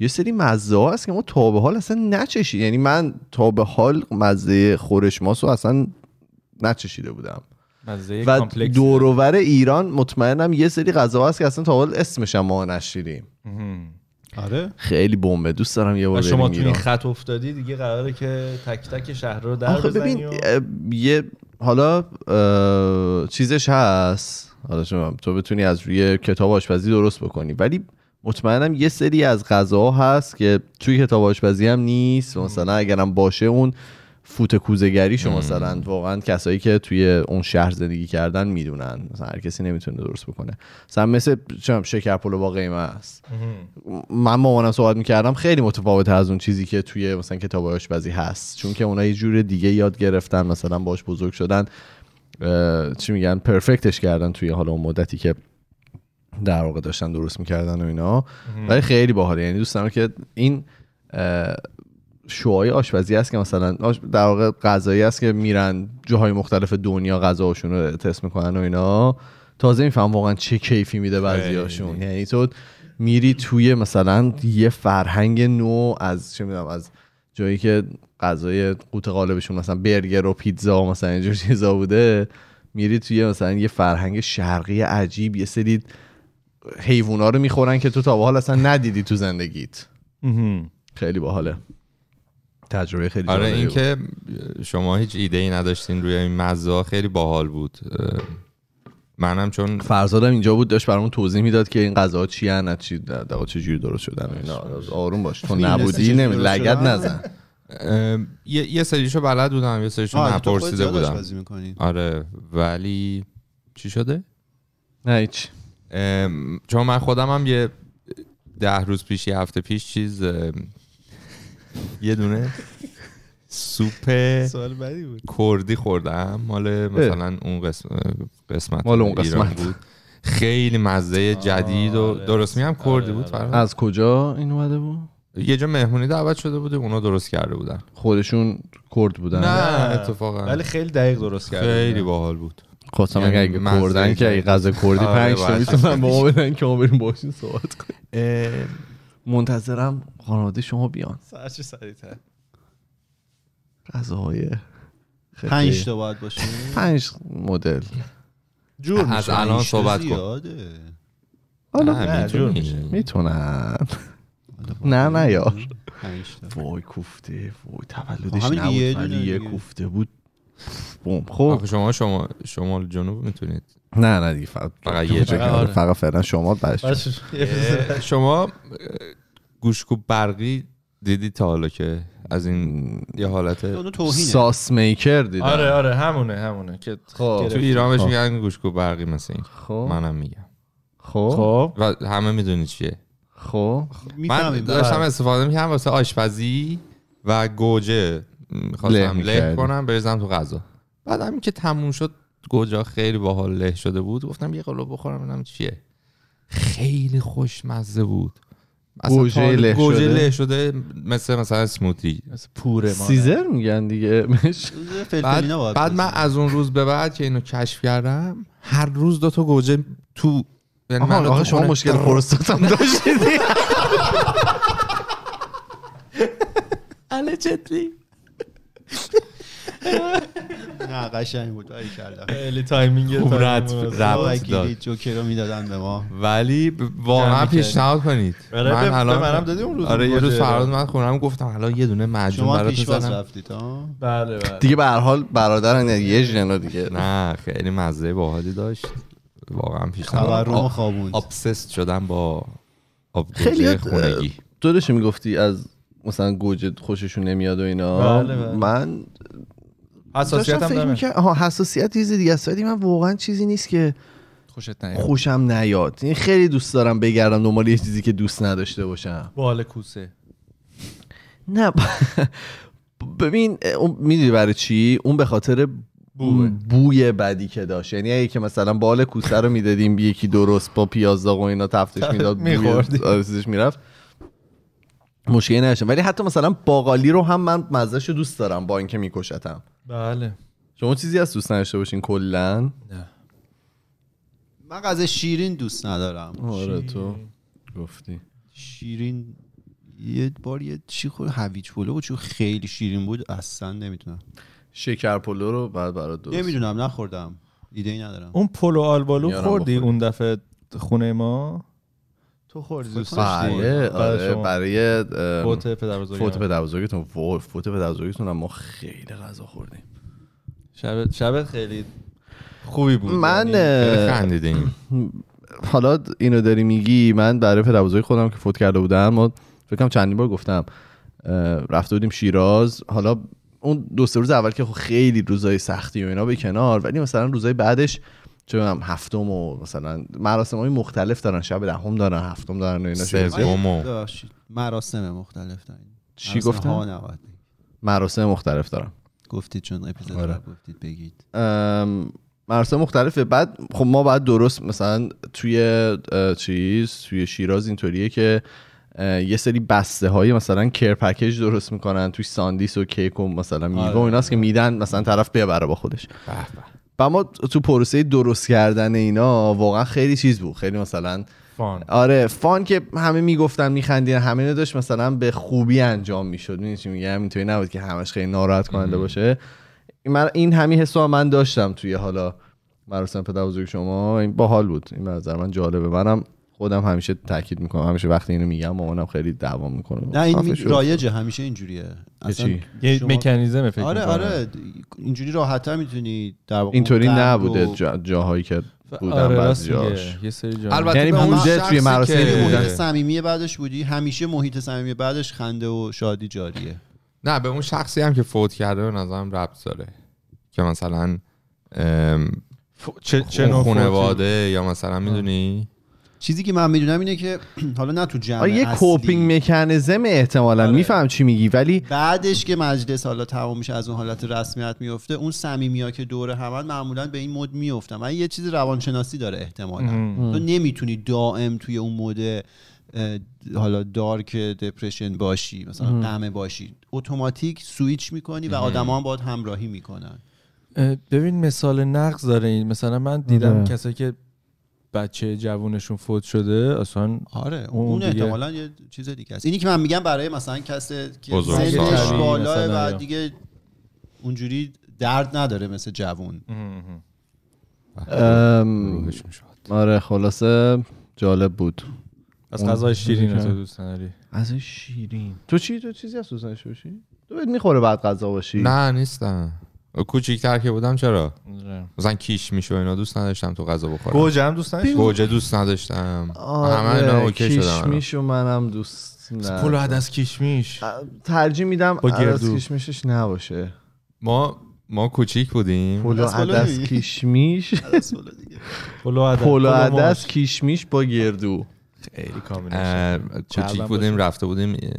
Speaker 3: یه سری مزه ها هست که ما تا به حال اصلا نچشید یعنی من تا به حال مزه خورش ماس رو اصلا نچشیده بودم
Speaker 4: مزه
Speaker 3: و
Speaker 4: کامپلکس.
Speaker 3: دورور ایران مطمئنم یه سری غذا هست که اصلا تا به حال اسمش هم ما نشیدیم
Speaker 4: مهم.
Speaker 2: آره
Speaker 3: خیلی بمبه دوست دارم یه بار
Speaker 4: و شما
Speaker 3: بریم
Speaker 4: تو این
Speaker 3: ایران
Speaker 4: خط افتادی دیگه قراره که تک تک شهر رو در
Speaker 3: آخه
Speaker 4: بزنی
Speaker 3: ببین
Speaker 4: و-
Speaker 3: اه، یه حالا اه، چیزش هست حالا شما تو بتونی از روی کتاب آشپزی درست بکنی ولی مطمئنم یه سری از غذاها هست که توی کتاب آشپزی هم نیست مثلا اگرم باشه اون فوت کوزگری شما مثلا واقعا کسایی که توی اون شهر زندگی کردن میدونن مثلا هر کسی نمیتونه درست بکنه مثلا مثل چم شکر پلو با قیمه است من مامانم صحبت میکردم خیلی متفاوته از اون چیزی که توی مثلا کتاب آشپزی هست چون که اونها یه جور دیگه یاد گرفتن مثلا باش بزرگ شدن اه، چی میگن پرفکتش کردن توی حالا اون مدتی که در واقع داشتن درست میکردن و اینا ولی خیلی باحاله یعنی دوست دارم که این اه، شوهای آشپزی هست که مثلا آش- در واقع غذایی هست که میرن جاهای مختلف دنیا غذاشون رو تست میکنن و اینا تازه میفهم واقعا چه کیفی میده بعضیاشون یعنی تو میری توی مثلا یه فرهنگ نو از چه میدونم از جایی که غذای قوت قالبشون مثلا برگر و پیتزا و مثلا اینجور چیزا بوده میری توی مثلا یه فرهنگ شرقی عجیب یه سری حیوونا رو میخورن که تو تا به حال اصلا ندیدی تو زندگیت
Speaker 4: مهم.
Speaker 3: خیلی باحاله تجربه خیلی
Speaker 1: آره
Speaker 3: جالبی بود.
Speaker 1: اینکه شما هیچ ایده ای نداشتین روی این مزه خیلی باحال بود اه، منم چون
Speaker 3: فرزادم اینجا بود داشت برامون توضیح میداد که این غذاها چی هن از چی در واقع چه جوری درست شدن و اینا آروم باش تو نبودی
Speaker 2: چجوری
Speaker 3: نمی
Speaker 2: درست
Speaker 3: لگد
Speaker 2: شدن؟
Speaker 3: نزن
Speaker 1: اه، یه یه سریشو بلد بودم یه سریشو
Speaker 2: آه، تو خودت
Speaker 1: نپرسیده
Speaker 2: زیاد
Speaker 1: بودم
Speaker 2: آشپزی می‌کنی.
Speaker 1: آره ولی چی شده
Speaker 3: نه هیچ
Speaker 1: ام، چون من خودم هم یه ده روز پیش یه هفته پیش چیز ام، یه دونه سوپ
Speaker 4: سوال بدی بود
Speaker 1: کردی خوردم مال مثلا اون قسم- قسمت
Speaker 3: مال اون
Speaker 1: ایران
Speaker 3: قسمت.
Speaker 1: بود خیلی مزه جدید و
Speaker 4: آره.
Speaker 1: درست میگم کردی بود
Speaker 4: آره.
Speaker 1: فرهاد؟
Speaker 3: از کجا این اومده بود
Speaker 1: یه جا مهمونی دعوت شده بوده اونا درست کرده بودن
Speaker 3: خودشون کرد بودن
Speaker 1: نه اتفاقا
Speaker 4: ولی خیلی دقیق درست کرد
Speaker 1: خیلی باحال بود
Speaker 3: خواستم
Speaker 1: یعنی
Speaker 3: اگه اگه
Speaker 1: مزه
Speaker 3: کردن که
Speaker 1: جدید.
Speaker 3: اگه غذا کردی
Speaker 1: آره،
Speaker 3: پنج تا
Speaker 1: باید.
Speaker 3: میتونن به ما بدن که ما بریم باشین صحبت کنیم
Speaker 1: اه،
Speaker 3: منتظرم خانواده شما بیان
Speaker 4: سرچه سریعتر
Speaker 3: غذاهای خفه.
Speaker 2: پنج تا باید باشه
Speaker 3: پنج مدل
Speaker 4: جور
Speaker 1: از الان
Speaker 2: پنج تا
Speaker 1: صحبت کن
Speaker 2: زیاده.
Speaker 3: حالا
Speaker 1: نه
Speaker 4: نه، جور
Speaker 1: می‌تونی.
Speaker 3: میتونن نه نه یار
Speaker 2: پنج تا
Speaker 3: وای کوفته وای تولدش
Speaker 2: همین
Speaker 3: نبود
Speaker 2: یه
Speaker 3: ولی
Speaker 2: دونه
Speaker 3: یه
Speaker 2: دیگه.
Speaker 3: کوفته بود بوم خب
Speaker 1: آخه شما شما شمال جنوب میتونید
Speaker 3: نه نه دیگه فقط
Speaker 1: فقط یه جا.
Speaker 4: آره.
Speaker 3: فقط فعلا شما بش
Speaker 1: شما اه، گوشکوب برقی دیدی تا حالا که از این یه حالت
Speaker 2: اونو توهینه
Speaker 3: ساس میکر دیدم
Speaker 4: آره آره همونه همونه که
Speaker 3: خب
Speaker 1: تو ایران بهش میگن گوشکوب برقی مثل این
Speaker 3: خب
Speaker 1: منم میگم
Speaker 3: خب
Speaker 4: خب
Speaker 1: و همه میدونی چیه
Speaker 3: خب
Speaker 1: من
Speaker 2: میفهمیم
Speaker 1: داشتم
Speaker 3: بله.
Speaker 1: استفاده میکنم واسه آشپزی و گوجه
Speaker 3: له
Speaker 1: میخواستم
Speaker 3: می‌کردی.
Speaker 1: له کنم بریزم تو غذا بعد همین که تموم شد گوجه خیلی باحال له شده بود گفتم یه قلو بخورم ببینم چیه خیلی خوشمزه بود اصلا
Speaker 3: گوجه
Speaker 1: تا حالا
Speaker 3: له
Speaker 1: گوجه
Speaker 3: شده؟
Speaker 1: له شده مثل مثلا اسموتی
Speaker 4: مثل پوره ما
Speaker 3: سیزر میگن دیگه بهش
Speaker 1: بعد,
Speaker 2: فلفلینا باید
Speaker 1: بعد من
Speaker 2: بزنیم.
Speaker 1: از اون روز به بعد که اینو کشف کردم هر روز دو تا گوجه تو یعنی من
Speaker 3: آها،
Speaker 1: الان
Speaker 3: آخه
Speaker 1: تو
Speaker 3: شما
Speaker 1: خونه-
Speaker 3: مشکل پروستات *laughs* هم داشتید
Speaker 2: نه قشنگ بود ولی کردم
Speaker 4: خیلی تایمینگ
Speaker 1: خوب
Speaker 4: تایمینگ
Speaker 1: رد-
Speaker 4: مناسب.
Speaker 1: رد.
Speaker 2: بابا
Speaker 1: داد.
Speaker 2: کلید جوکر رو میدادن به ما
Speaker 1: ولی ب- واقعا
Speaker 4: جمع می‌کردی.
Speaker 1: پیشنهاد کنید
Speaker 4: آره، به- به منم دادی اون روز
Speaker 1: آره یه
Speaker 4: گوجه.
Speaker 1: روز فراد من خونم گفتم حالا یه دونه مجون
Speaker 2: شما
Speaker 1: برات
Speaker 2: پیشواز
Speaker 1: می‌زنم
Speaker 2: رفتید ها
Speaker 4: بله بله
Speaker 3: دیگه به هر حال برادرن یعنی یه ژنو دیگه
Speaker 1: نه خیلی مزه باحالی داشت واقعا
Speaker 2: خبر
Speaker 1: پیشنهاد
Speaker 2: رو
Speaker 1: آ-
Speaker 2: خوابوند
Speaker 1: ابسست شدم با آب
Speaker 3: خیلی
Speaker 1: گوجه خونگی
Speaker 3: تو داشتی میگفتی از مثلا گوجه خوششون نمیاد و اینا
Speaker 4: بله، بله.
Speaker 3: من
Speaker 4: حساسیت
Speaker 3: داشتم
Speaker 4: هم
Speaker 3: فکر
Speaker 4: داره
Speaker 3: میکرد ها حساسیت چیز دیگه است ولی من واقعا چیزی نیست که
Speaker 4: خوشت نیاد
Speaker 3: خوشم نیاد یعنی خیلی دوست دارم بگردم دنبال یه چیزی که دوست نداشته باشم
Speaker 4: بال کوسه
Speaker 3: نه ب- *laughs* ببین اون میدونی برای چی اون به خاطر
Speaker 4: بوه.
Speaker 3: بوی بدی که داشت یعنی اگه که مثلا بال کوسه رو میدادیم به یکی درست با پیاز داغ و اینا تفتش
Speaker 4: *laughs*
Speaker 3: میداد
Speaker 4: می‌خوردی.
Speaker 3: آرزش میرفت مشکلی نداشتم ولی حتی مثلا باقالی رو هم من مزهش رو دوست دارم با اینکه میکشتم
Speaker 4: بله
Speaker 3: شما چیزی از دوست نداشته باشین کلا
Speaker 2: من غذا شیرین دوست ندارم
Speaker 3: آره تو گفتی
Speaker 2: شیرین یه بار یه چی خورد هویج پلو بود چون خیلی شیرین بود اصلا نمیتونم
Speaker 3: شکر پلو رو بعد برات درست
Speaker 2: نمیدونم نخوردم ایده ای ندارم
Speaker 4: اون پلو آلبالو
Speaker 3: میارم
Speaker 4: خوردی
Speaker 3: بخوری.
Speaker 4: اون دفعه خونه ما
Speaker 2: تو خوردی
Speaker 4: دوست داشتی؟
Speaker 3: بله
Speaker 4: برای
Speaker 3: آره
Speaker 4: شما.
Speaker 3: برای ام،
Speaker 4: فوت پدر بزرگ
Speaker 3: فوت پدربزرگتون وای فوت پدربزرگتون هم ما خیلی غذا خوردیم
Speaker 4: شب شب خیلی خوبی بود
Speaker 3: من
Speaker 4: یعنی
Speaker 1: خیلی
Speaker 3: اه،
Speaker 1: خندیدیم
Speaker 3: حالا اینو داری میگی من برای پدربزرگ خودم که فوت کرده بودن ما فکرم چندین بار گفتم اه، رفته بودیم شیراز حالا اون دو سه روز اول که خب خیلی روزای سختی و اینا به کنار ولی مثلا روزای بعدش چه می‌دونم هفتم و مثلا مراسم های مختلف دارن شب دهم دارن هفتم دارن و اینا چه چیزی.
Speaker 1: سوم و
Speaker 2: ببخشید مراسم مختلف دارین
Speaker 3: چی
Speaker 2: مراسم
Speaker 3: گفتم؟
Speaker 2: ها نباید بگید.
Speaker 3: مراسم مختلف دارن
Speaker 2: گفتید چون اپیزود
Speaker 3: آره.
Speaker 2: رو گفتید بگید
Speaker 3: ام، مراسم مختلفه بعد خب ما باید درست مثلا توی اه، چیز توی شیراز اینطوریه که اه، یه سری بسته های مثلا کر پکیج درست میکنن توی ساندیس و کیک و مثلا میوه و ایناست که میدن مثلا طرف ببره با خودش و ما تو پروسه درست کردن اینا واقعا خیلی چیز بود خیلی مثلا
Speaker 4: فان
Speaker 3: آره فان که همه میگفتن میخندین همه اینو داشت مثلا به خوبی انجام میشد میدونی چی میگم اینطوری نبود که همش خیلی ناراحت کننده باشه من این همین حسو هم من داشتم توی حالا مراسم پدر بزرگ شما این باحال بود این به نظر من جالبه منم خودم همیشه تاکید میکنم همیشه وقتی اینو میگم مامانم خیلی دعوا میکنه
Speaker 2: نه این
Speaker 3: خفه
Speaker 2: می-
Speaker 3: شو.
Speaker 2: رایجه همیشه اینجوریه اصلا
Speaker 3: چی؟
Speaker 4: یه
Speaker 2: شما-
Speaker 4: مکانیزم فکر
Speaker 2: آره
Speaker 4: می‌کنم.
Speaker 2: آره اینجوری راحت‌تر میتونی در واقع
Speaker 3: اینطوری
Speaker 2: اون قند
Speaker 3: نبوده
Speaker 2: رو-
Speaker 3: جا- جاهایی که بودن
Speaker 4: آره، راست
Speaker 3: بعضی
Speaker 4: میگه.
Speaker 3: جاش
Speaker 4: یه سری جا
Speaker 1: البته
Speaker 3: یعنی
Speaker 1: به اون
Speaker 3: بوده
Speaker 1: شخصی
Speaker 3: توی مراسم
Speaker 1: که-
Speaker 2: خیلی محیط صمیمی بعدش بودی همیشه محیط صمیمی بعدش خنده و شادی جاریه
Speaker 1: نه به اون شخصی هم که فوت کرده به نظرم ربط داره که مثلا ام،
Speaker 4: ف- چه چه
Speaker 1: اون
Speaker 4: نوع فوتی؟
Speaker 1: خونواده یا مثلا میدونی
Speaker 2: چیزی که من میدونم اینه که *clears throat* حالا نه تو جمع
Speaker 3: آره یه
Speaker 2: اصلی.
Speaker 3: کوپینگ مکانیزم احتمالا میفهم چی میگی ولی
Speaker 2: بعدش که مجلس حالا تمام میشه از اون حالت رسمیت میفته اون صمیمیا که دور همن معمولا به این مد میفتن من یه چیز روانشناسی داره احتمالا تو نمیتونی دائم توی اون مد اه، حالا دارک دپرشن باشی مثلا غمه باشی اتوماتیک سویچ میکنی و آدما هم باید همراهی میکنن
Speaker 5: اه، ببین مثال نقض داره این مثلا من دیدم
Speaker 3: آره.
Speaker 5: کسایی که بچه جوونشون فوت شده اصلا
Speaker 2: آره
Speaker 5: اون
Speaker 2: اون,
Speaker 5: دیگه-
Speaker 2: احتمالا یه چیز دیگه است اینی که من میگم برای مثلا کسی که
Speaker 1: بزرگسال.
Speaker 2: سنش
Speaker 1: طبیعی
Speaker 2: بالاه
Speaker 5: مثلا.
Speaker 2: و دیگه اونجوری درد نداره مثل جوون
Speaker 3: ام،
Speaker 1: روحش میشد
Speaker 3: آره خلاصه جالب بود
Speaker 5: از غذای شیرین
Speaker 3: اون-
Speaker 5: تو دوست نداری
Speaker 3: از شیرین تو چی تو چیزی از دوست داشته باشی تو بهت میخوره بعد غذا باشی
Speaker 1: نه نیستم کوچیک‌تر که بودم چرا
Speaker 4: آره.
Speaker 1: مثلا کیش میشه اینا دوست نداشتم تو غذا بخورم
Speaker 4: گوجه هم دوست نداشت
Speaker 1: گوجه دوست نداشتم همه اینا
Speaker 3: آره
Speaker 1: اوکی شدم الان.
Speaker 3: کشمیش و منم دوست نه
Speaker 5: پلو عدس کیشمیش
Speaker 3: ترجیح میدم
Speaker 5: با
Speaker 3: عدس
Speaker 5: گردو.
Speaker 3: کشمیشش نباشه
Speaker 1: ما ما کوچیک بودیم
Speaker 3: پلو
Speaker 2: عدس پلو
Speaker 3: عدس
Speaker 2: نمی‌گی؟
Speaker 1: *laughs*
Speaker 3: کشمیش
Speaker 5: پلو عدس
Speaker 3: پلو
Speaker 5: ماش.
Speaker 3: عدس کشمیش با گردو
Speaker 5: خیلی کامبینیشن.
Speaker 1: اه، کوچیک
Speaker 5: چربم
Speaker 1: بودیم رفته بودیم اه،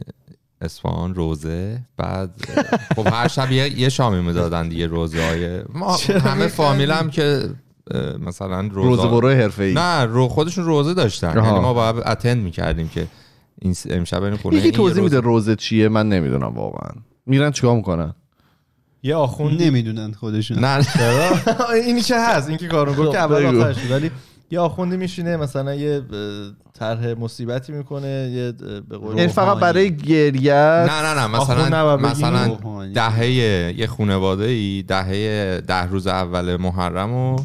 Speaker 1: اصفهان روزه بعد اه، خب هر شب یه, یه شامی میدادن دیگه روزه های ما همه فامیلم که اه، مثلا
Speaker 3: روزه
Speaker 1: روزه
Speaker 3: برو حرفه ای
Speaker 1: نه رو خودشون روزه داشتن
Speaker 3: آها.
Speaker 1: یعنی ما باید اتند میکردیم که این س- امشب این خونه
Speaker 3: یکی
Speaker 1: این
Speaker 3: توضیح
Speaker 1: روز-
Speaker 3: میده روزه چیه من نمیدونم واقعا میرن چیکار میکنن
Speaker 4: یه آخوند
Speaker 2: نمیدونن خودشون
Speaker 1: نه
Speaker 4: چرا؟ *laughs* اینی که هست این که کارون گفت
Speaker 3: خب،
Speaker 4: که اول
Speaker 3: بگو.
Speaker 4: آخرش بود. ولی یه آخوندی میشینه مثلا یه اه، طرح مصیبتی میکنه یه اه، به قول
Speaker 3: این یعنی فقط
Speaker 2: روحانی.
Speaker 3: برای گریه
Speaker 1: نه نه نه
Speaker 4: آخوند
Speaker 1: مثلا
Speaker 4: نباید بگیم
Speaker 1: مثلا
Speaker 2: روحانی.
Speaker 1: دهه یه خانواده ای دهه ده روز اول محرم و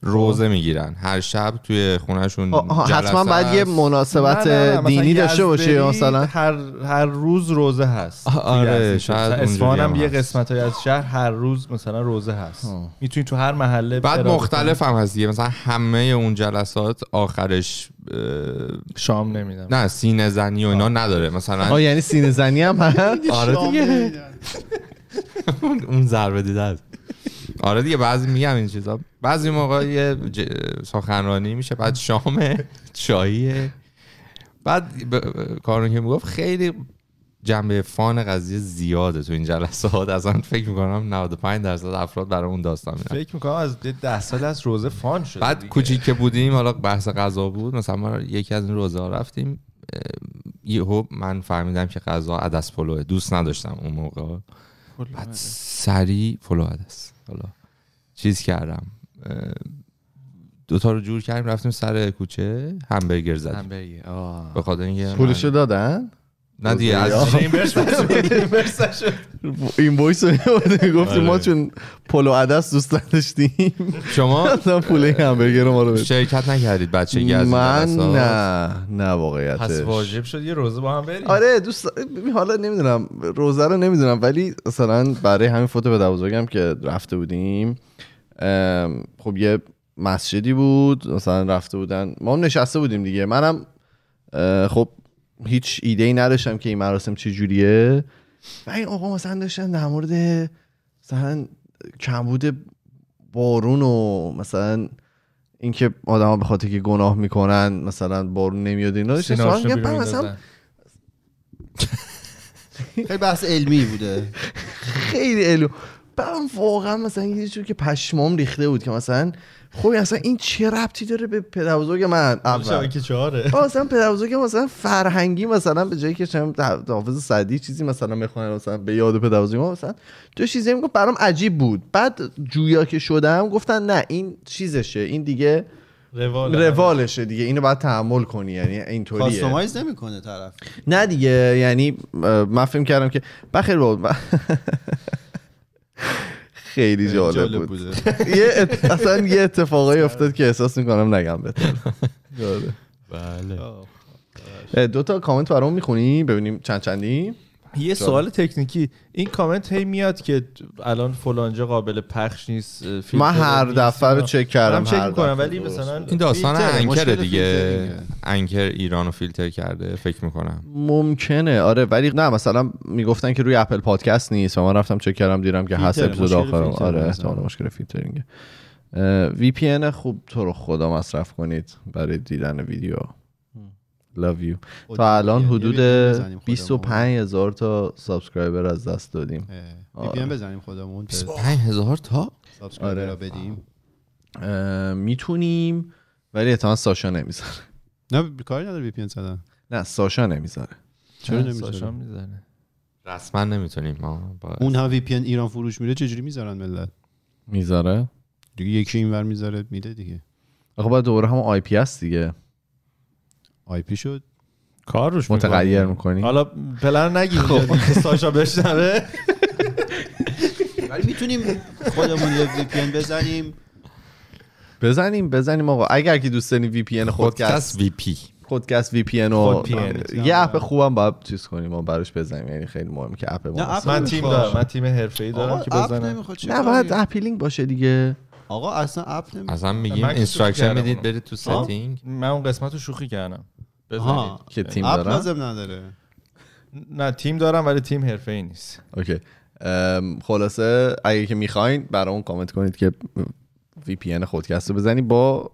Speaker 1: روزه میگیرن هر شب توی خونهشون
Speaker 3: آها، حتما
Speaker 1: جلسه
Speaker 3: باید یه
Speaker 1: است.
Speaker 3: مناسبت
Speaker 4: نه، نه، نه، مثلا
Speaker 3: دینی داشته باشه یا
Speaker 4: یزدی
Speaker 3: مثلا
Speaker 4: هر هر روز روزه هست
Speaker 1: آه، آره،
Speaker 4: دیگه از این
Speaker 1: شاید
Speaker 4: مثلا
Speaker 1: اونجوری
Speaker 4: اصفهان
Speaker 1: هم
Speaker 4: هم یه
Speaker 1: هست.
Speaker 4: قسمت های از شهر هر روز مثلا روزه هست میتونی تو هر محله
Speaker 1: بعد
Speaker 4: ارائه
Speaker 1: مختلف هم هست دیگه مثلا همه اون جلسات آخرش اه،
Speaker 4: کنی. شام نمیدم
Speaker 1: نه سینه زنی و اینا نداره مثلا
Speaker 3: آه یعنی سینه زنی هم هست
Speaker 1: آره دیگه *laughs* اون ضربه دیده است آره دیگه بعضی میگم این چیزا بعضی موقع یه ج- سخنرانی میشه بعد شامه چاییه بعد ب... ب- کارون که میگفت خیلی جنبه فان قضیه زیاده تو این جلسات *laughs* اصلا فکر میکنم 95 درصد افراد برای اون داستان میرن
Speaker 4: فکر میکنم از ده- ده سال از روزه فان شده
Speaker 1: بعد
Speaker 4: دیگه.
Speaker 1: کوچیک که بودیم حالا بحث غذا بود مثلا ما یکی از این روزه ها رفتیم اه، یهو من فهمیدم که غذا عدس پلوه دوست نداشتم اون موقع بعد سریع پلو عدس حالا چیز کردم اه، دوتا رو جور کردیم رفتیم سر کوچه همبرگر زدیم
Speaker 5: همبرگر. آه.
Speaker 1: به خاطر اینکه من-
Speaker 3: پولشو دادن
Speaker 1: نه دیگه از
Speaker 3: *laughs* این وایس گفتیم ما چون پلو عدس دوست نداشتیم
Speaker 1: شما
Speaker 3: اصلا پول این همبرگر ما رو بده.
Speaker 1: شرکت نکردید بچگی از این
Speaker 3: من
Speaker 1: جلسات؟
Speaker 3: نه نه
Speaker 4: پس
Speaker 3: واقعیتش
Speaker 4: واجب شد یه روزه با هم بریم
Speaker 3: آره دوست ببین، حالا نمیدونم روزه رو نمیدونم ولی مثلا برای همین فوتو به بزرگم که رفته بودیم ام، خب یه مسجدی بود مثلا رفته بودن ما هم نشسته بودیم دیگه منم اه، خب هیچ ایده ای نداشتم که این مراسم چه جوریه و این آقا مثلا داشتن در مورد مثلا کمبود بارون و مثلا اینکه آدما به خاطر که گناه میکنن مثلا بارون نمیاد اینا داشتن سوال
Speaker 4: سینه‌هاشون
Speaker 3: می‌کردن.
Speaker 4: رو
Speaker 3: بعد
Speaker 4: بیرون
Speaker 3: مثلا
Speaker 4: می‌اندازن.
Speaker 2: خیلی بحث علمی بوده
Speaker 3: خیلی الو برام واقعا مثلا یه جور که پشمام ریخته بود که مثلا خب اصلا این چه ربطی داره به پدربزرگ من اول
Speaker 4: شبکه چهاره
Speaker 3: آه، مثلا پدربزرگ مثلا فرهنگی مثلا به جایی که چم حافظ سعدی چیزی مثلا بخونن مثلا به یاد پدربزرگ ما مثلا تو چیزی میگم برام عجیب بود بعد جویا که شدم گفتن نه این چیزشه این دیگه
Speaker 4: روال
Speaker 3: روالشه دیگه اینو باید تحمل کنی یعنی اینطوریه
Speaker 2: کاستومایز نمیکنه طرف
Speaker 3: نه دیگه یعنی اه، من فکر کردم که بخیر بابا *laughs* خیلی جالب بود
Speaker 2: بوده
Speaker 3: *laughs* یه ات- اصلا یه اتفاقایی افتاد که احساس میکنم نگم بهتر
Speaker 1: آره.
Speaker 2: بله.
Speaker 3: اه، دو تا کامنت برام میخونی ببینیم چند چندی
Speaker 4: یه سوال تکنیکی این کامنت هی میاد که الان فلانجا قابل پخش نیست فیلتر
Speaker 3: من هر
Speaker 4: نیست،
Speaker 3: دفعه رو
Speaker 4: اینا.
Speaker 3: چک کردم
Speaker 4: من چک
Speaker 3: هر
Speaker 4: میکنم
Speaker 3: دفعه
Speaker 4: ولی
Speaker 3: درست
Speaker 4: مثلا
Speaker 1: این داستان
Speaker 2: فیلتره،
Speaker 1: انکره
Speaker 2: مشکل
Speaker 1: دیگه
Speaker 2: فیلترینگه.
Speaker 1: انکر ایرانو فیلتر کرده فکر میکنم
Speaker 3: ممکنه آره ولی نه مثلا میگفتن که روی اپل پادکست نیست و من رفتم چک کردم دیدم که هست
Speaker 2: فیلتره،
Speaker 3: اپیزود
Speaker 2: مشکل
Speaker 3: آخرم
Speaker 2: فیلتره
Speaker 3: آره
Speaker 2: مثلا.
Speaker 3: احتمال مشکل فیلترینگه وی پی خوب تو رو خدا مصرف کنید برای دیدن ویدیو love you تا الان حدود 25 هزار تا سابسکرایبر از دست دادیم
Speaker 1: آره.
Speaker 2: وی پی بزنیم خودمون
Speaker 1: 25 هزار تا
Speaker 2: سابسکرایبر
Speaker 3: آره.
Speaker 2: را بدیم
Speaker 3: اه، میتونیم ولی احتمال ساشا نمیذاره
Speaker 2: نه کاری نداره وی پی ان زدن
Speaker 3: نه ساشا نمیذاره
Speaker 2: چرا
Speaker 4: چند
Speaker 2: نمی‌ذاره؟
Speaker 4: ساشا می‌زنه.
Speaker 1: رسما نمیتونیم ما با
Speaker 2: اون هم وی پی ایران فروش میره چجوری میذارن ملت
Speaker 3: میذاره
Speaker 2: دیگه یکی اینور میذاره میده دیگه
Speaker 3: آخه باید دوباره همون آی پی اس دیگه
Speaker 2: آی پی شد
Speaker 4: کار روش
Speaker 3: متغیر
Speaker 4: می‌کنی.
Speaker 3: میکنی
Speaker 4: حالا پلن نگی خب ساشا بشنوه
Speaker 2: ولی میتونیم خودمون یه وی پی بزنیم
Speaker 3: بزنیم بزنیم آقا اگر که دوست دارین وی پی ان
Speaker 1: پادکست
Speaker 3: خودکست
Speaker 1: وی پی
Speaker 3: خودکست وی پی ان و
Speaker 4: خودPN.
Speaker 3: یه اپ خوبم باید چیز کنیم ما براش بزنیم یعنی خیلی مهمه که اپ ما
Speaker 2: نه،
Speaker 3: بزنیم.
Speaker 4: من
Speaker 2: نمی‌خواد.
Speaker 4: تیم دارم من تیم حرفه‌ای دارم که
Speaker 2: آقا اپ
Speaker 4: بزنم
Speaker 2: نمیخواد چه
Speaker 3: نه باید
Speaker 2: کاری؟
Speaker 3: اپیلینگ باشه دیگه
Speaker 2: آقا اصلا اپ نمیخواد
Speaker 1: اصلا میگیم
Speaker 4: من که شوخی
Speaker 1: اینستراکشن
Speaker 4: کردم
Speaker 1: میدید
Speaker 4: اونو.
Speaker 1: برید تو
Speaker 4: آه.
Speaker 1: سیتینگ
Speaker 4: من اون قسمت رو شوخی کردم بزنید
Speaker 2: آها.
Speaker 3: که تیم
Speaker 2: اپ
Speaker 3: دارم
Speaker 2: لازم نداره
Speaker 4: نه تیم دارم ولی تیم حرفه‌ای نیست
Speaker 3: اوکی ام، خلاصه اگه که میخواین برای اون کامنت کنید که وی پی خودکست رو بزنی با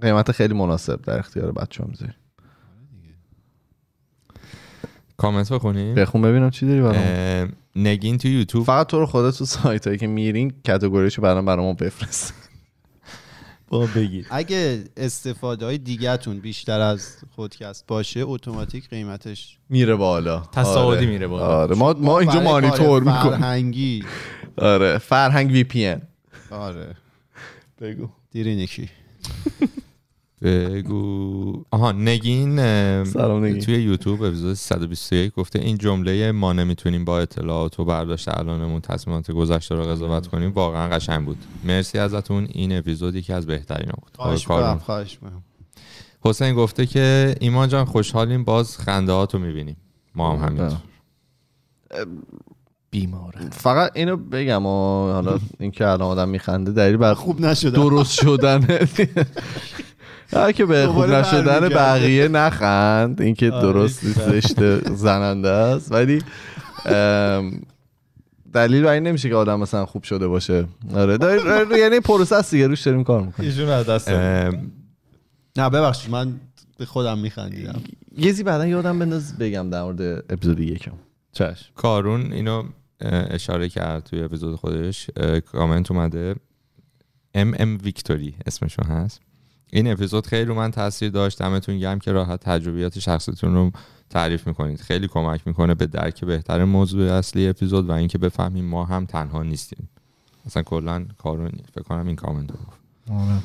Speaker 3: قیمت خیلی مناسب در اختیار بچه هم زیر
Speaker 1: کامنت بخونیم
Speaker 3: بخون ببینم چی داری برام
Speaker 1: اه، نگین تو یوتیوب
Speaker 3: فقط تو رو خودت تو سایت هایی که میرین کتگوریشو برام برام بفرست
Speaker 4: با بگید
Speaker 2: اگه استفاده های دیگهتون بیشتر از خودکست باشه اتوماتیک قیمتش
Speaker 3: میره بالا
Speaker 4: تصاعدی
Speaker 3: آره.
Speaker 4: میره بالا.
Speaker 3: آره ما ما اینجا
Speaker 2: برای
Speaker 3: مانیتور
Speaker 2: کار
Speaker 3: میکنیم
Speaker 2: فرهنگی
Speaker 3: آره فرهنگ وی پی
Speaker 2: آره
Speaker 3: بگو
Speaker 2: دیرین یکی
Speaker 1: بگو آها نگین اه،
Speaker 3: سلام نگین.
Speaker 1: توی یوتیوب اپیزود 121 گفته این جمله ما نمیتونیم با اطلاعات و برداشت الانمون تصمیمات گذشته رو قضاوت کنیم واقعا قشنگ بود مرسی ازتون این اپیزود یکی از بهترین بود
Speaker 2: خواهش
Speaker 1: کارون.
Speaker 2: می‌کنم، خواهش می‌کنم.
Speaker 1: حسین گفته که ایمان جان خوشحالیم باز خنده هاتو میبینیم ما هم همینطور
Speaker 4: بیماره
Speaker 3: فقط اینو بگم و حالا اینکه الان آدم میخنده دلیل بر
Speaker 2: خوب نشد
Speaker 3: درست شدن هر که به خوب
Speaker 2: دوباره
Speaker 3: نشدن
Speaker 2: برمیگرده.
Speaker 3: بقیه نخند اینکه
Speaker 4: آره،
Speaker 3: درست
Speaker 4: هیچ
Speaker 3: نیست، زشت زننده است ولی ام، دلیل بر این نمیشه که آدم مثلا خوب شده باشه آره داری- داری- یعنی پروسه است دیگه روش داریم کار میکنیم
Speaker 4: ایشون از دست دادیم.
Speaker 1: اه،
Speaker 2: نه ببخشید من به خودم میخندیدم
Speaker 3: یه زی بعدا یادم بنداز بگم در مورد اپیزود یکم
Speaker 4: چشم
Speaker 1: کارون اینو اه، اشاره کرد توی اپیزود خودش اه، کامنت اومده ام ام ویکتوری اسمشون هست این اپیزود خیلی رو من تاثیر داشت دمتون گرم که راحت تجربیات شخصیتون رو تعریف میکنید خیلی کمک میکنه به درک بهتر موضوع اصلی اپیزود و اینکه بفهمیم ما هم تنها نیستیم اصلا کلا کارون فکر کنم این کامنت رو گفت.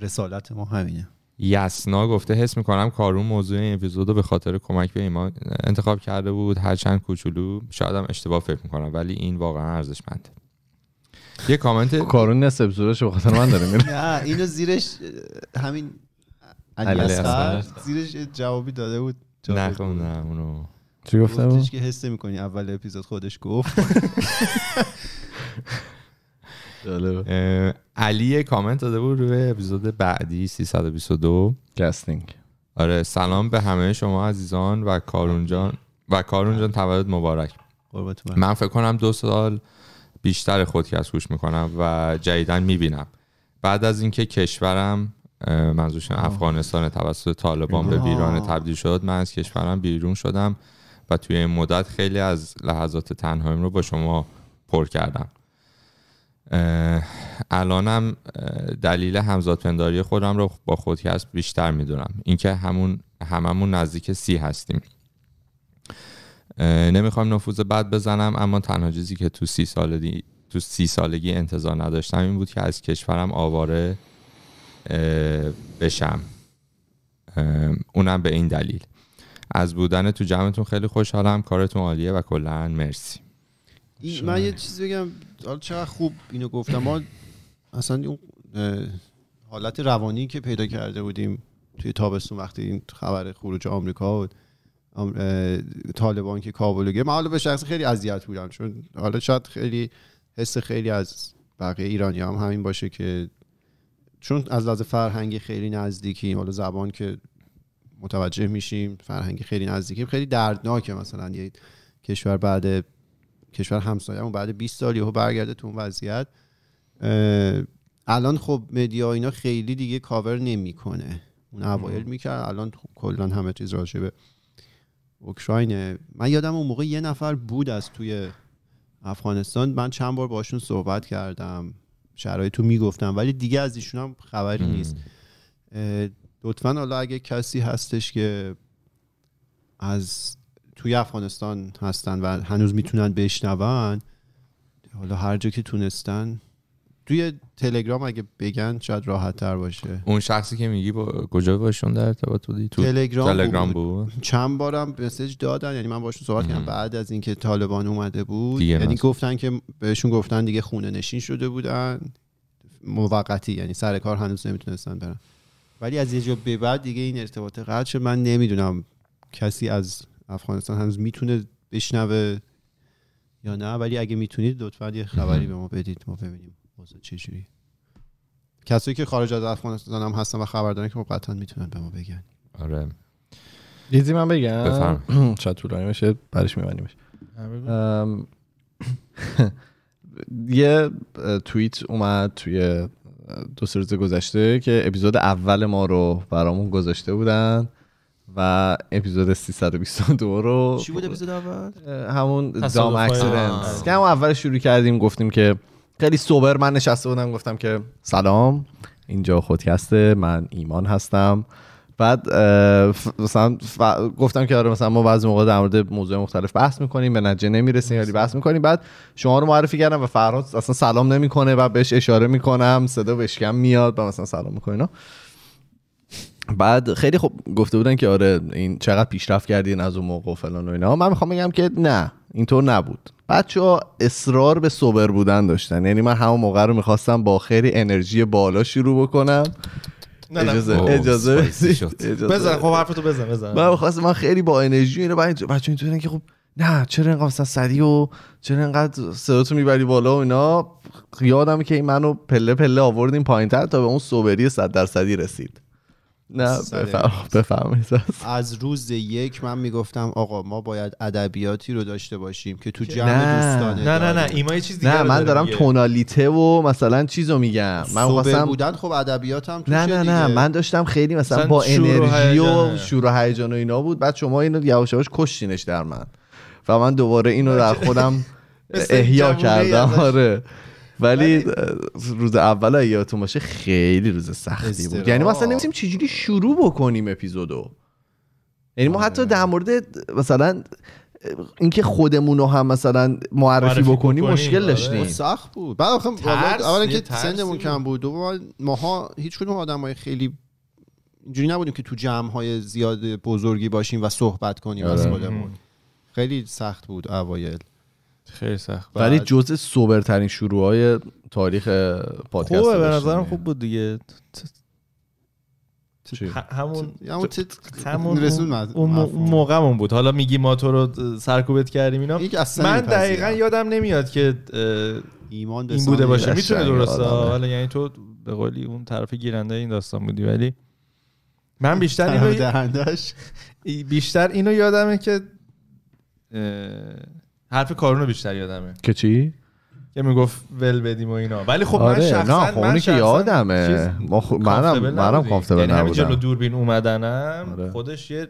Speaker 2: رسالت ما همینه
Speaker 1: یسنا گفته حس میکنم کارون موضوع این اپیزود رو به خاطر کمک به ایمان انتخاب کرده بود هرچند کوچولو شاید هم اشتباه فکر میکنم ولی این واقعا ارزشمنده یه کامنت
Speaker 3: کارون نصف اپیزودش به خاطر من داره میره
Speaker 2: نه اینو زیرش اه، همین علی
Speaker 3: علی
Speaker 2: اصغر
Speaker 1: اصغر.
Speaker 2: زیرش یه جوابی داده بود جالب بود.
Speaker 1: نخوندم اونو
Speaker 3: چی
Speaker 2: گفتش که حس میکنی اول اپیزود خودش گفت
Speaker 1: اه، علی یه کامنت داده بود روی اپیزود بعدی 322
Speaker 3: گستینگ
Speaker 1: آره سلام به همه شما عزیزان و کارون جان و کارون جان تولد مبارک
Speaker 2: قربت برم.
Speaker 1: من فکر کنم دو سال بیشتر خودکست گوش میکنم و جدیدا میبینم بعد از اینکه کشورم اه، منظورشون افغانستان توسط طالبان به ویران تبدیل شد من از کشورم بیرون شدم و توی این مدت خیلی از لحظات تنهایم رو با شما پر کردم اه، الانم اه، دلیل همزادپنداری خودم رو با خودکست بیشتر میدونم اینکه همون هممون نزدیک سی هستیم اه، نمیخوام نفوذ بد بزنم اما تنها چیزی که تو سی سالگی تو سی سالگی انتظار نداشتم این بود که از کشورم آواره اه، بشم اه، اونم به این دلیل از بودن تو جمعتون خیلی خوشحالم کارتون عالیه و کلا مرسی
Speaker 2: این- من یه چیز بگم حالا چقدر خوب اینو گفتم ما اصلا اون اه، حالت روانی که پیدا کرده بودیم توی تابستون وقتی این خبر خروج آمریکا بود آم- اه، طالبان که کابل رو گرفت. من حالا به شخص خیلی اذیت بودم چون حالا شاید خیلی حس خیلی از بقیه ایرانی هم همین باشه که چون از لحاظ فرهنگی خیلی نزدیکیم حالا زبان که متوجه میشیم فرهنگی خیلی نزدیکیم خیلی دردناکه مثلا یه کشور بعد کشور همسایه‌مون بعد 20 سال یهو برگرده تو اون وضعیت اه، الان خب مدیا اینا خیلی دیگه کاور نمیکنه اون اوایل میکرد الان خب کلا همه چیز راجع به اوکراینه من یادم اون موقع یه نفر بود از توی افغانستان من چند بار باشون صحبت کردم شرایط رو میگفتم ولی دیگه از ایشون هم خبری نیست اه، لطفا حالا اگه کسی هستش که از توی افغانستان هستن و هنوز میتونن بشنون حالا هر جا که تونستن توی تلگرام اگه بگن شاید راحت تر باشه
Speaker 1: اون شخصی که میگی با کجا باشون در ارتباط بودی تو
Speaker 2: تلگرام
Speaker 1: تلگرام
Speaker 2: بود.
Speaker 1: بود
Speaker 2: چند بارم مسج دادن یعنی من باشون صحبت کردم بعد از اینکه طالبان اومده بود
Speaker 1: دیگه
Speaker 2: یعنی
Speaker 1: مثلا.
Speaker 2: گفتن که بهشون گفتن دیگه خونه نشین شده بودن موقتی یعنی سر کار هنوز نمیتونستن برن ولی از یه جا به بعد دیگه این ارتباط قطع شد من نمیدونم کسی از افغانستان هنوز میتونه بشنوه یا نه ولی اگه میتونید لطفا یه خبری به ما بدید ما ببینیم اوضاع چجوری کسایی که خارج از افغانستان هم هستن و خبر دارن که خب قطعا میتونن به ما بگن
Speaker 1: آره
Speaker 3: چیزی من بگم *clears throat*
Speaker 1: بفرمایید.
Speaker 3: شاید طولانی بشه برش میبنیمش *laughs* یه اه، توییت اومد توی اه، دو سه روز گذشته که اپیزود اول ما رو برامون گذاشته بودن و اپیزود 322 رو
Speaker 2: چی بود اپیزود اول
Speaker 3: همون دام
Speaker 4: تصادف‌های-
Speaker 3: اکسیدنت
Speaker 4: آه.
Speaker 3: که همون اول شروع کردیم گفتیم که خیلی سوبر من نشسته بودم گفتم که سلام اینجا خودکسته من ایمان هستم بعد اه، ف- مثلا ف- گفتم که آره مثلا ما بعضی موقع در مورد موضوع مختلف بحث میکنیم به نتیجه نمیرسیم ولی بحث میکنیم بعد شما رو معرفی کردم و فرهاد اصلا سلام نمیکنه و بهش اشاره میکنم صدا بهش کم میاد و مثلا سلام میکنه اینا بعد خیلی خوب گفته بودن که آره این چقدر پیشرفت کردین از اون موقع و فلان و اینا من میخوام بگم که نه اینطور نبود بچه ها اصرار به سوبر بودن داشتن یعنی من همون موقع رو میخواستم با خیلی انرژی بالا شروع بکنم
Speaker 4: نه، نه.
Speaker 3: اجازه
Speaker 1: بله. اوه،
Speaker 3: اجازه
Speaker 1: spicy
Speaker 3: بدید.
Speaker 1: شد.
Speaker 3: اجازه
Speaker 4: بزن خب حرفتو بزن
Speaker 3: من
Speaker 4: بزن
Speaker 3: می‌خواستم- من خیلی با انرژی و اینا بعد بچه اینطوریه که خب نه چرا اینقدر مثلا سریع و چرا اینقدر صداتو میبری بالا و اینا یادم که این منو پله پله آوردیم پایین تر تا به اون سوبری صد درصدی رسید نه
Speaker 2: سلام.
Speaker 3: بفرم- بفرمایید
Speaker 2: از روز یک من میگفتم آقا ما باید ادبیاتی رو داشته باشیم که تو جمع
Speaker 3: نه.
Speaker 2: دوستانه
Speaker 4: نه نه
Speaker 2: داریم.
Speaker 4: نه ایما یه چیز دیگه
Speaker 3: نه
Speaker 4: رو
Speaker 3: من
Speaker 4: داره
Speaker 3: دارم
Speaker 4: میگه.
Speaker 3: تونالیته و مثلا چیزو میگم من
Speaker 2: سوبر
Speaker 3: خواستم
Speaker 2: بودن خب ادبیاتم
Speaker 3: نه نه نه من داشتم خیلی مثلا
Speaker 4: مثلا
Speaker 3: با
Speaker 4: شور و
Speaker 3: انرژی و
Speaker 4: هیجانه.
Speaker 3: شور و هیجان و اینا بود بعد شما اینو یواش یواش کشتینش در من و من دوباره اینو در
Speaker 4: *laughs*
Speaker 3: خودم
Speaker 4: مثل
Speaker 3: احیا
Speaker 4: جوونه‌ای ازش.
Speaker 3: کردم آره ولی روز اول اگه یادتون باشه خیلی روز سختی بود
Speaker 2: اضطراب.
Speaker 3: یعنی ما اصلا نمی‌دونستیم چجوری شروع بکنیم اپیزودو یعنی ما
Speaker 4: آره.
Speaker 3: حتی در مورد مثلا اینکه خودمون رو هم مثلا معرفی
Speaker 4: معرفی
Speaker 3: بکنیم
Speaker 4: بکنیم،
Speaker 3: مشکل
Speaker 4: آره.
Speaker 3: داشتیم
Speaker 2: خب سخت بود بعد آخه
Speaker 1: ترس،
Speaker 2: والا- اولا
Speaker 1: یه
Speaker 2: که
Speaker 1: ترسی
Speaker 2: سنمون
Speaker 1: بود.
Speaker 2: کم بود دوم ماها هیچ کدوم آدمای خیلی اینجوری نبودیم که تو جمع های زیاد بزرگی باشیم و صحبت کنیم از خودمون خیلی سخت بود اوایل
Speaker 4: خیلی سخت
Speaker 3: ولی جزء سوبرترین شروع های تاریخ پادکست
Speaker 4: خوبه به نظرم خوب بود دیگه ه- همون
Speaker 2: همون تت-
Speaker 4: همون
Speaker 2: رسون
Speaker 4: اون-
Speaker 2: مز-
Speaker 4: اون مو-
Speaker 2: مفهوم.
Speaker 4: اون موقعمون بود حالا میگی ما تو رو سرکوبت کردیم اینا
Speaker 2: یک اصلا
Speaker 4: من
Speaker 2: می‌پذیرم.
Speaker 4: دقیقا یادم نمیاد که اه،
Speaker 2: ایمان به
Speaker 4: این بوده
Speaker 2: سامعه.
Speaker 4: باشه
Speaker 3: قشنگ
Speaker 4: میتونه درسته
Speaker 3: آدمه.
Speaker 4: حالا یعنی تو به قولی اون طرف گیرنده این داستان بودی ولی من بیشتر
Speaker 2: طرف
Speaker 4: اینو
Speaker 2: دهندش
Speaker 4: بیشتر اینو یادمه که اه، حرف کارون رو بیشتر یادمه
Speaker 3: که چی؟
Speaker 4: که میگفت ول بدیم و اینا ولی خب من
Speaker 3: آره
Speaker 4: شخصا
Speaker 3: نه خب اونی
Speaker 4: من
Speaker 3: که
Speaker 4: شخصاً
Speaker 3: یادمه
Speaker 4: چیز
Speaker 3: ما خو- منم
Speaker 4: comfortable
Speaker 3: منم
Speaker 4: نبودیم.
Speaker 3: کامفتبل
Speaker 4: یعنی همین جلو
Speaker 3: نبودم
Speaker 4: دوربین اومدنم
Speaker 3: آره.
Speaker 4: خودش یه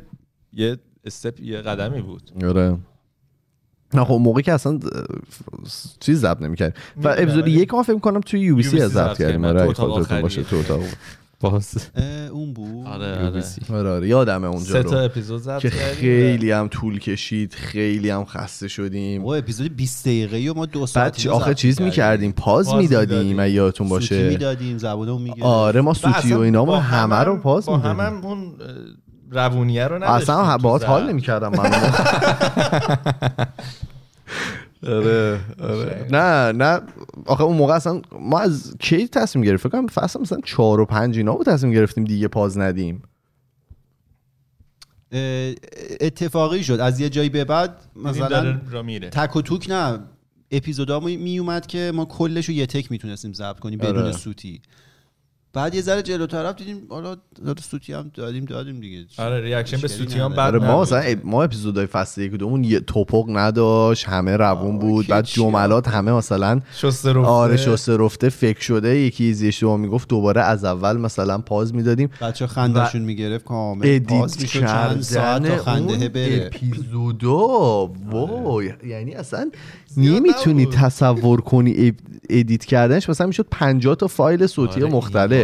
Speaker 4: یه استپ یه قدمی بود
Speaker 3: آره نه خب موقعی که اصلا اه، چیز ضبط نمیکرد و
Speaker 4: می‌دونم،
Speaker 3: اپیزود
Speaker 4: ولی-
Speaker 3: یک ما فکر کنم توی یو بی سی
Speaker 4: UBC
Speaker 3: ضبط
Speaker 4: ضبط
Speaker 3: کردیم
Speaker 4: کردیم.
Speaker 3: آره
Speaker 4: تو
Speaker 3: اگه
Speaker 4: اتاق
Speaker 3: خاطرتون
Speaker 4: آخریه.
Speaker 3: باشه تو اتاق بود.
Speaker 1: باز
Speaker 2: اه، اون بود
Speaker 4: آره آره
Speaker 3: آره آره یادمه اونجا
Speaker 4: سه تا
Speaker 3: رو
Speaker 4: اپیزود زد
Speaker 3: که خیلی هم طول کشید خیلی هم خسته شدیم
Speaker 2: او اپیزود 20 دقیقه‌ای و ما دو ساعت
Speaker 3: بعد چی- آخه چیز میکردیم پاز
Speaker 4: پاز
Speaker 3: میدادیم
Speaker 4: می‌دادیم.
Speaker 3: اگه یادتون
Speaker 2: باشه
Speaker 3: باشه
Speaker 2: میدادیم زبونمون میگه
Speaker 3: آره ما سوتی و اینا ما همه رو پاس
Speaker 4: با
Speaker 3: میدادیم
Speaker 4: همم اون اه، روونیه رو نداشتیم
Speaker 3: اصلا هم
Speaker 4: تو
Speaker 3: باهات
Speaker 4: ضبط.
Speaker 3: حال نمیکردم من *laughs* آره آره نه نه آخه اون موقع اصلا ما از کی تصمیم گرفتیم فکر کنم فصل مثلا 4 و 5 اینا بود تصمیم گرفتیم دیگه پاز ندیم
Speaker 2: اه، اتفاقی شد از یه جایی به بعد
Speaker 4: دیدیم داره
Speaker 2: مثلا
Speaker 4: را میره
Speaker 2: تک و توک نه اپیزودا می می اومد که ما کلش رو یه تک میتونستیم ضبط کنیم بدون
Speaker 3: آره.
Speaker 2: سوتی بعد یه ذره جلوتر رفت دیدیم حالا داد سوتی هم دادیم دادیم دیگه
Speaker 4: آره ریاکشن به
Speaker 2: مشکلی
Speaker 4: سوتیان
Speaker 2: نداره.
Speaker 4: بعد
Speaker 3: آره ما مثلا اپ- ما اپیزودهای فصل یک و دومون یه توپق نداشت همه روون
Speaker 2: آه،
Speaker 3: بود بعد
Speaker 2: هیچی.
Speaker 3: جملات همه مثلا
Speaker 4: شسته رو
Speaker 3: آره شسته رفته فکر شده یکی از اشتباه میگفت دوباره از اول مثلا پاز میدادیم
Speaker 2: بچه خندشون میگرفت کامل پاس
Speaker 3: ادیت
Speaker 2: میشد چند ساعت
Speaker 3: کردن
Speaker 2: تا خنده
Speaker 3: اون
Speaker 2: بره
Speaker 3: اپیزودا وای یعنی اصلا نمیتونی تصور کنی اد- ادیت کردنش مثلا میشد 50 تا فایل
Speaker 4: آره،
Speaker 3: صوتی مختلف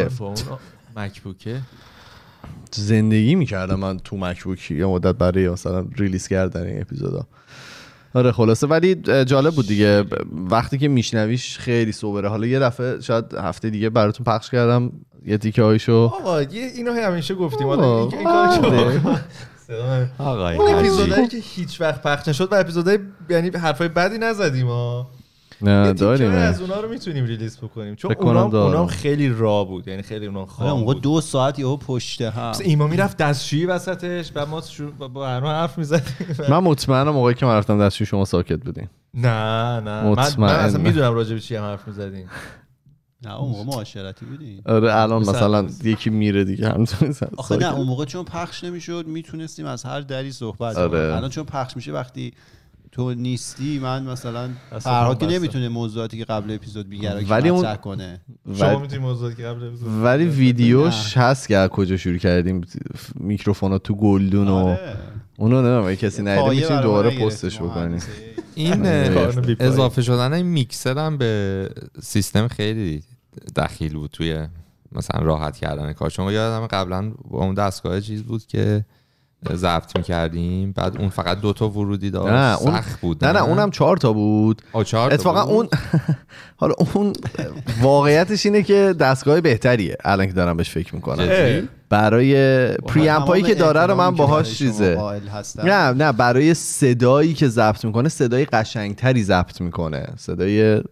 Speaker 1: مکبوکه
Speaker 3: زندگی میکردم من تو مکبوکی یه مدت برای مثلا ریلیز کردن این اپیزودا آره خلاصه ولی جالب بود دیگه ب- وقتی که میشنویش خیلی صبره حالا یه دفعه شاید هفته دیگه براتون پخش کردم یه تیکه هایشو
Speaker 4: آقا یه اینو همیشه گفتیم
Speaker 3: آقا،
Speaker 4: آدم این- این کار
Speaker 3: آره.
Speaker 4: چرا؟ صدا
Speaker 3: *laughs*
Speaker 4: من-
Speaker 1: آقای
Speaker 4: اون
Speaker 1: حاجی.
Speaker 4: اپیزودایی که هیچ وقت پخش نشد و اپیزودای یعنی حرفای بدی نزدیم ها یه
Speaker 3: نه
Speaker 4: تیکه
Speaker 3: داریم
Speaker 4: از اونا رو میتونیم ریلیز بکنیم چون
Speaker 3: فکر کنم
Speaker 4: اونام
Speaker 3: دارم.
Speaker 4: اونام خیلی را بود یعنی خیلی اونام
Speaker 2: آره اون
Speaker 4: خام
Speaker 2: موقع
Speaker 4: بود
Speaker 2: دو ساعت یهو پشت هم
Speaker 4: مثلا ایما میرفت دستشویی وسطش و ما شروع- با- با هرما حرف میزدیم *laughs*
Speaker 3: من مطمئنم موقعی که من رفتم دستشوی شما ساکت بودین
Speaker 4: نه نه من- من
Speaker 3: مطمئن.
Speaker 4: اصلا میدونم راجع به چی هم حرف میزدیم
Speaker 2: نه اون
Speaker 3: *laughs*
Speaker 2: موقع معاشرتی بودی
Speaker 3: آره الان
Speaker 4: مثلا
Speaker 3: مثلا یکی میره دیگه همتون
Speaker 2: آخه نه
Speaker 3: ساکت
Speaker 2: اون موقع چون پخش نمیشد میتونستیم از هر دری صحبت
Speaker 3: آره.
Speaker 2: کنیم الان چون پخش میشه وقتی تو نیستی من مثلا
Speaker 4: اصلا
Speaker 2: فرهاد که
Speaker 4: بسته.
Speaker 2: نمیتونه موضوعاتی که قبل اپیزود بیگرا
Speaker 3: ولی
Speaker 2: که
Speaker 3: اون-
Speaker 2: مطرح کنه
Speaker 4: شما
Speaker 3: ولی-
Speaker 4: میتونیم موضوع که قبل بزنیم.
Speaker 3: ولی ویدیوش هست که از کجا شروع کردیم میکروفون ها تو گلدون و
Speaker 2: آره.
Speaker 3: اونو نمیدونم اگه کسی ندیده
Speaker 2: پایه
Speaker 3: میتونیم
Speaker 2: برای
Speaker 3: دوباره
Speaker 2: ما نگرفت.
Speaker 3: پستش
Speaker 2: ما
Speaker 3: بکنیم
Speaker 2: هنوز
Speaker 3: *laughs*
Speaker 2: یه-
Speaker 1: این
Speaker 3: نه،
Speaker 1: اه،
Speaker 4: کارون بیپایی.
Speaker 1: اضافه شدن این میکسر هم به سیستم خیلی دخیل بود توی مثلا راحت کردن کار چون یادم قبلا با اون دستگاه چیز بود که ضبط میکردیم بعد اون فقط دوتا ورودی داشت
Speaker 3: نه، اون-
Speaker 1: سخت بود
Speaker 3: نه نه اونم چهار تا بود
Speaker 1: آه، چهار تا
Speaker 3: اتفاقا
Speaker 1: بود؟
Speaker 3: اون *laughs* حالا اون واقعیتش اینه که دستگاه بهتریه الان که دارم بش فکر میکنم
Speaker 4: اه.
Speaker 3: برای
Speaker 2: خب، تمام
Speaker 3: پریمپایی که داره رو من
Speaker 2: احترامی که برای
Speaker 3: باهاش
Speaker 2: شما
Speaker 3: چیزه
Speaker 2: قائل هستم.
Speaker 3: نه نه برای صدایی که ضبط میکنه صدای قشنگتری ضبط میکنه صدای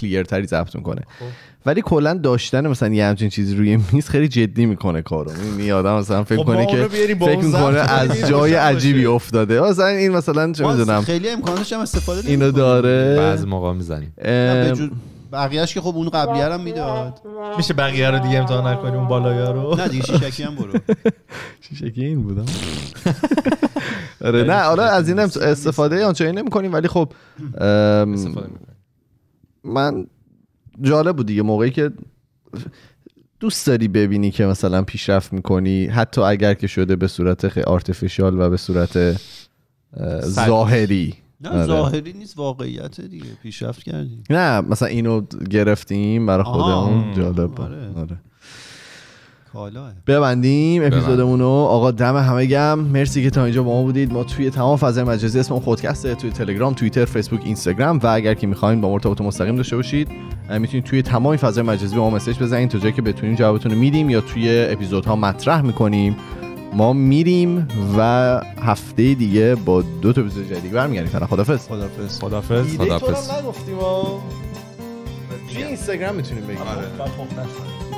Speaker 3: کلیرتری ضبط میکنه
Speaker 4: خب.
Speaker 3: ولی کلا داشتن مثلا یه همچین چیزی روی میز خیلی جدی میکنه کارو می آدم مثلا فکر
Speaker 4: خب ما اون
Speaker 3: کنه که
Speaker 4: رو بیاریم با
Speaker 3: فکر
Speaker 4: اون ضبط
Speaker 3: میکنه
Speaker 4: کنیم،
Speaker 3: از
Speaker 4: این
Speaker 3: جای
Speaker 4: روشن
Speaker 3: عجیبی
Speaker 4: باشه.
Speaker 3: افتاده مثلا این مثلا چه
Speaker 2: ما
Speaker 3: میدونم
Speaker 2: خیلی امکانش هم استفاده نمی‌کنیم.
Speaker 3: اینو داره
Speaker 1: بعض موقع میزنیم
Speaker 2: نه، به
Speaker 3: اه،
Speaker 2: جو- بقیه‌اش که خب اون قبلیه رو هم میداد
Speaker 4: میشه بقیه رو دیگه امتحان نکنیم اون بالایا رو
Speaker 2: نه دیگه شیشکی
Speaker 3: *laughs*
Speaker 2: هم
Speaker 3: آره.
Speaker 2: برو
Speaker 3: شیشکی این *laughs* بودم آره نه حالا از این هم استفاده آنچنانی نمی‌کنیم ولی خب ام،
Speaker 4: استفاده می‌کنیم.
Speaker 3: من جالب بود دیگه موقعی که دوست داری ببینی که مثلا پیشرفت میکنی حتی اگر که شده به صورت خیلی آرتفیشال و به صورت اه، ظاهری
Speaker 2: نه
Speaker 3: آره.
Speaker 2: ظاهری نیست واقعیت دیگه پیشرفت کردی
Speaker 3: نه مثلا اینو گرفتیم برای
Speaker 2: آها.
Speaker 3: خودمون جالب بود
Speaker 2: آره.
Speaker 3: آره.
Speaker 2: کالاه
Speaker 3: ببندیم اپیزودمون رو آقا دم همه گم مرسی که تا اینجا با ما بودید ما توی تمام فضای مجازی اسم اون خودکسته توی تلگرام توییتر فیسبوک اینستاگرام و اگر که میخواین با ما ارتباط مستقیم داشته باشید اه، میتونید توی تمام این فضای مجازی به ما مسج بزنید تا جایی که بتونیم جوابتون رو میدیم یا توی اپیزودها مطرح میکنیم ما میریم و هفته دیگه با دو تا اپیزود جدید برمیگردیم فعلا خدافظ
Speaker 2: خدافظ
Speaker 1: خدافز
Speaker 4: ایده تو رو هم نگفتیم ها.
Speaker 3: توی اینستاگرام میتونیم بگیم
Speaker 4: من پخت نشدم.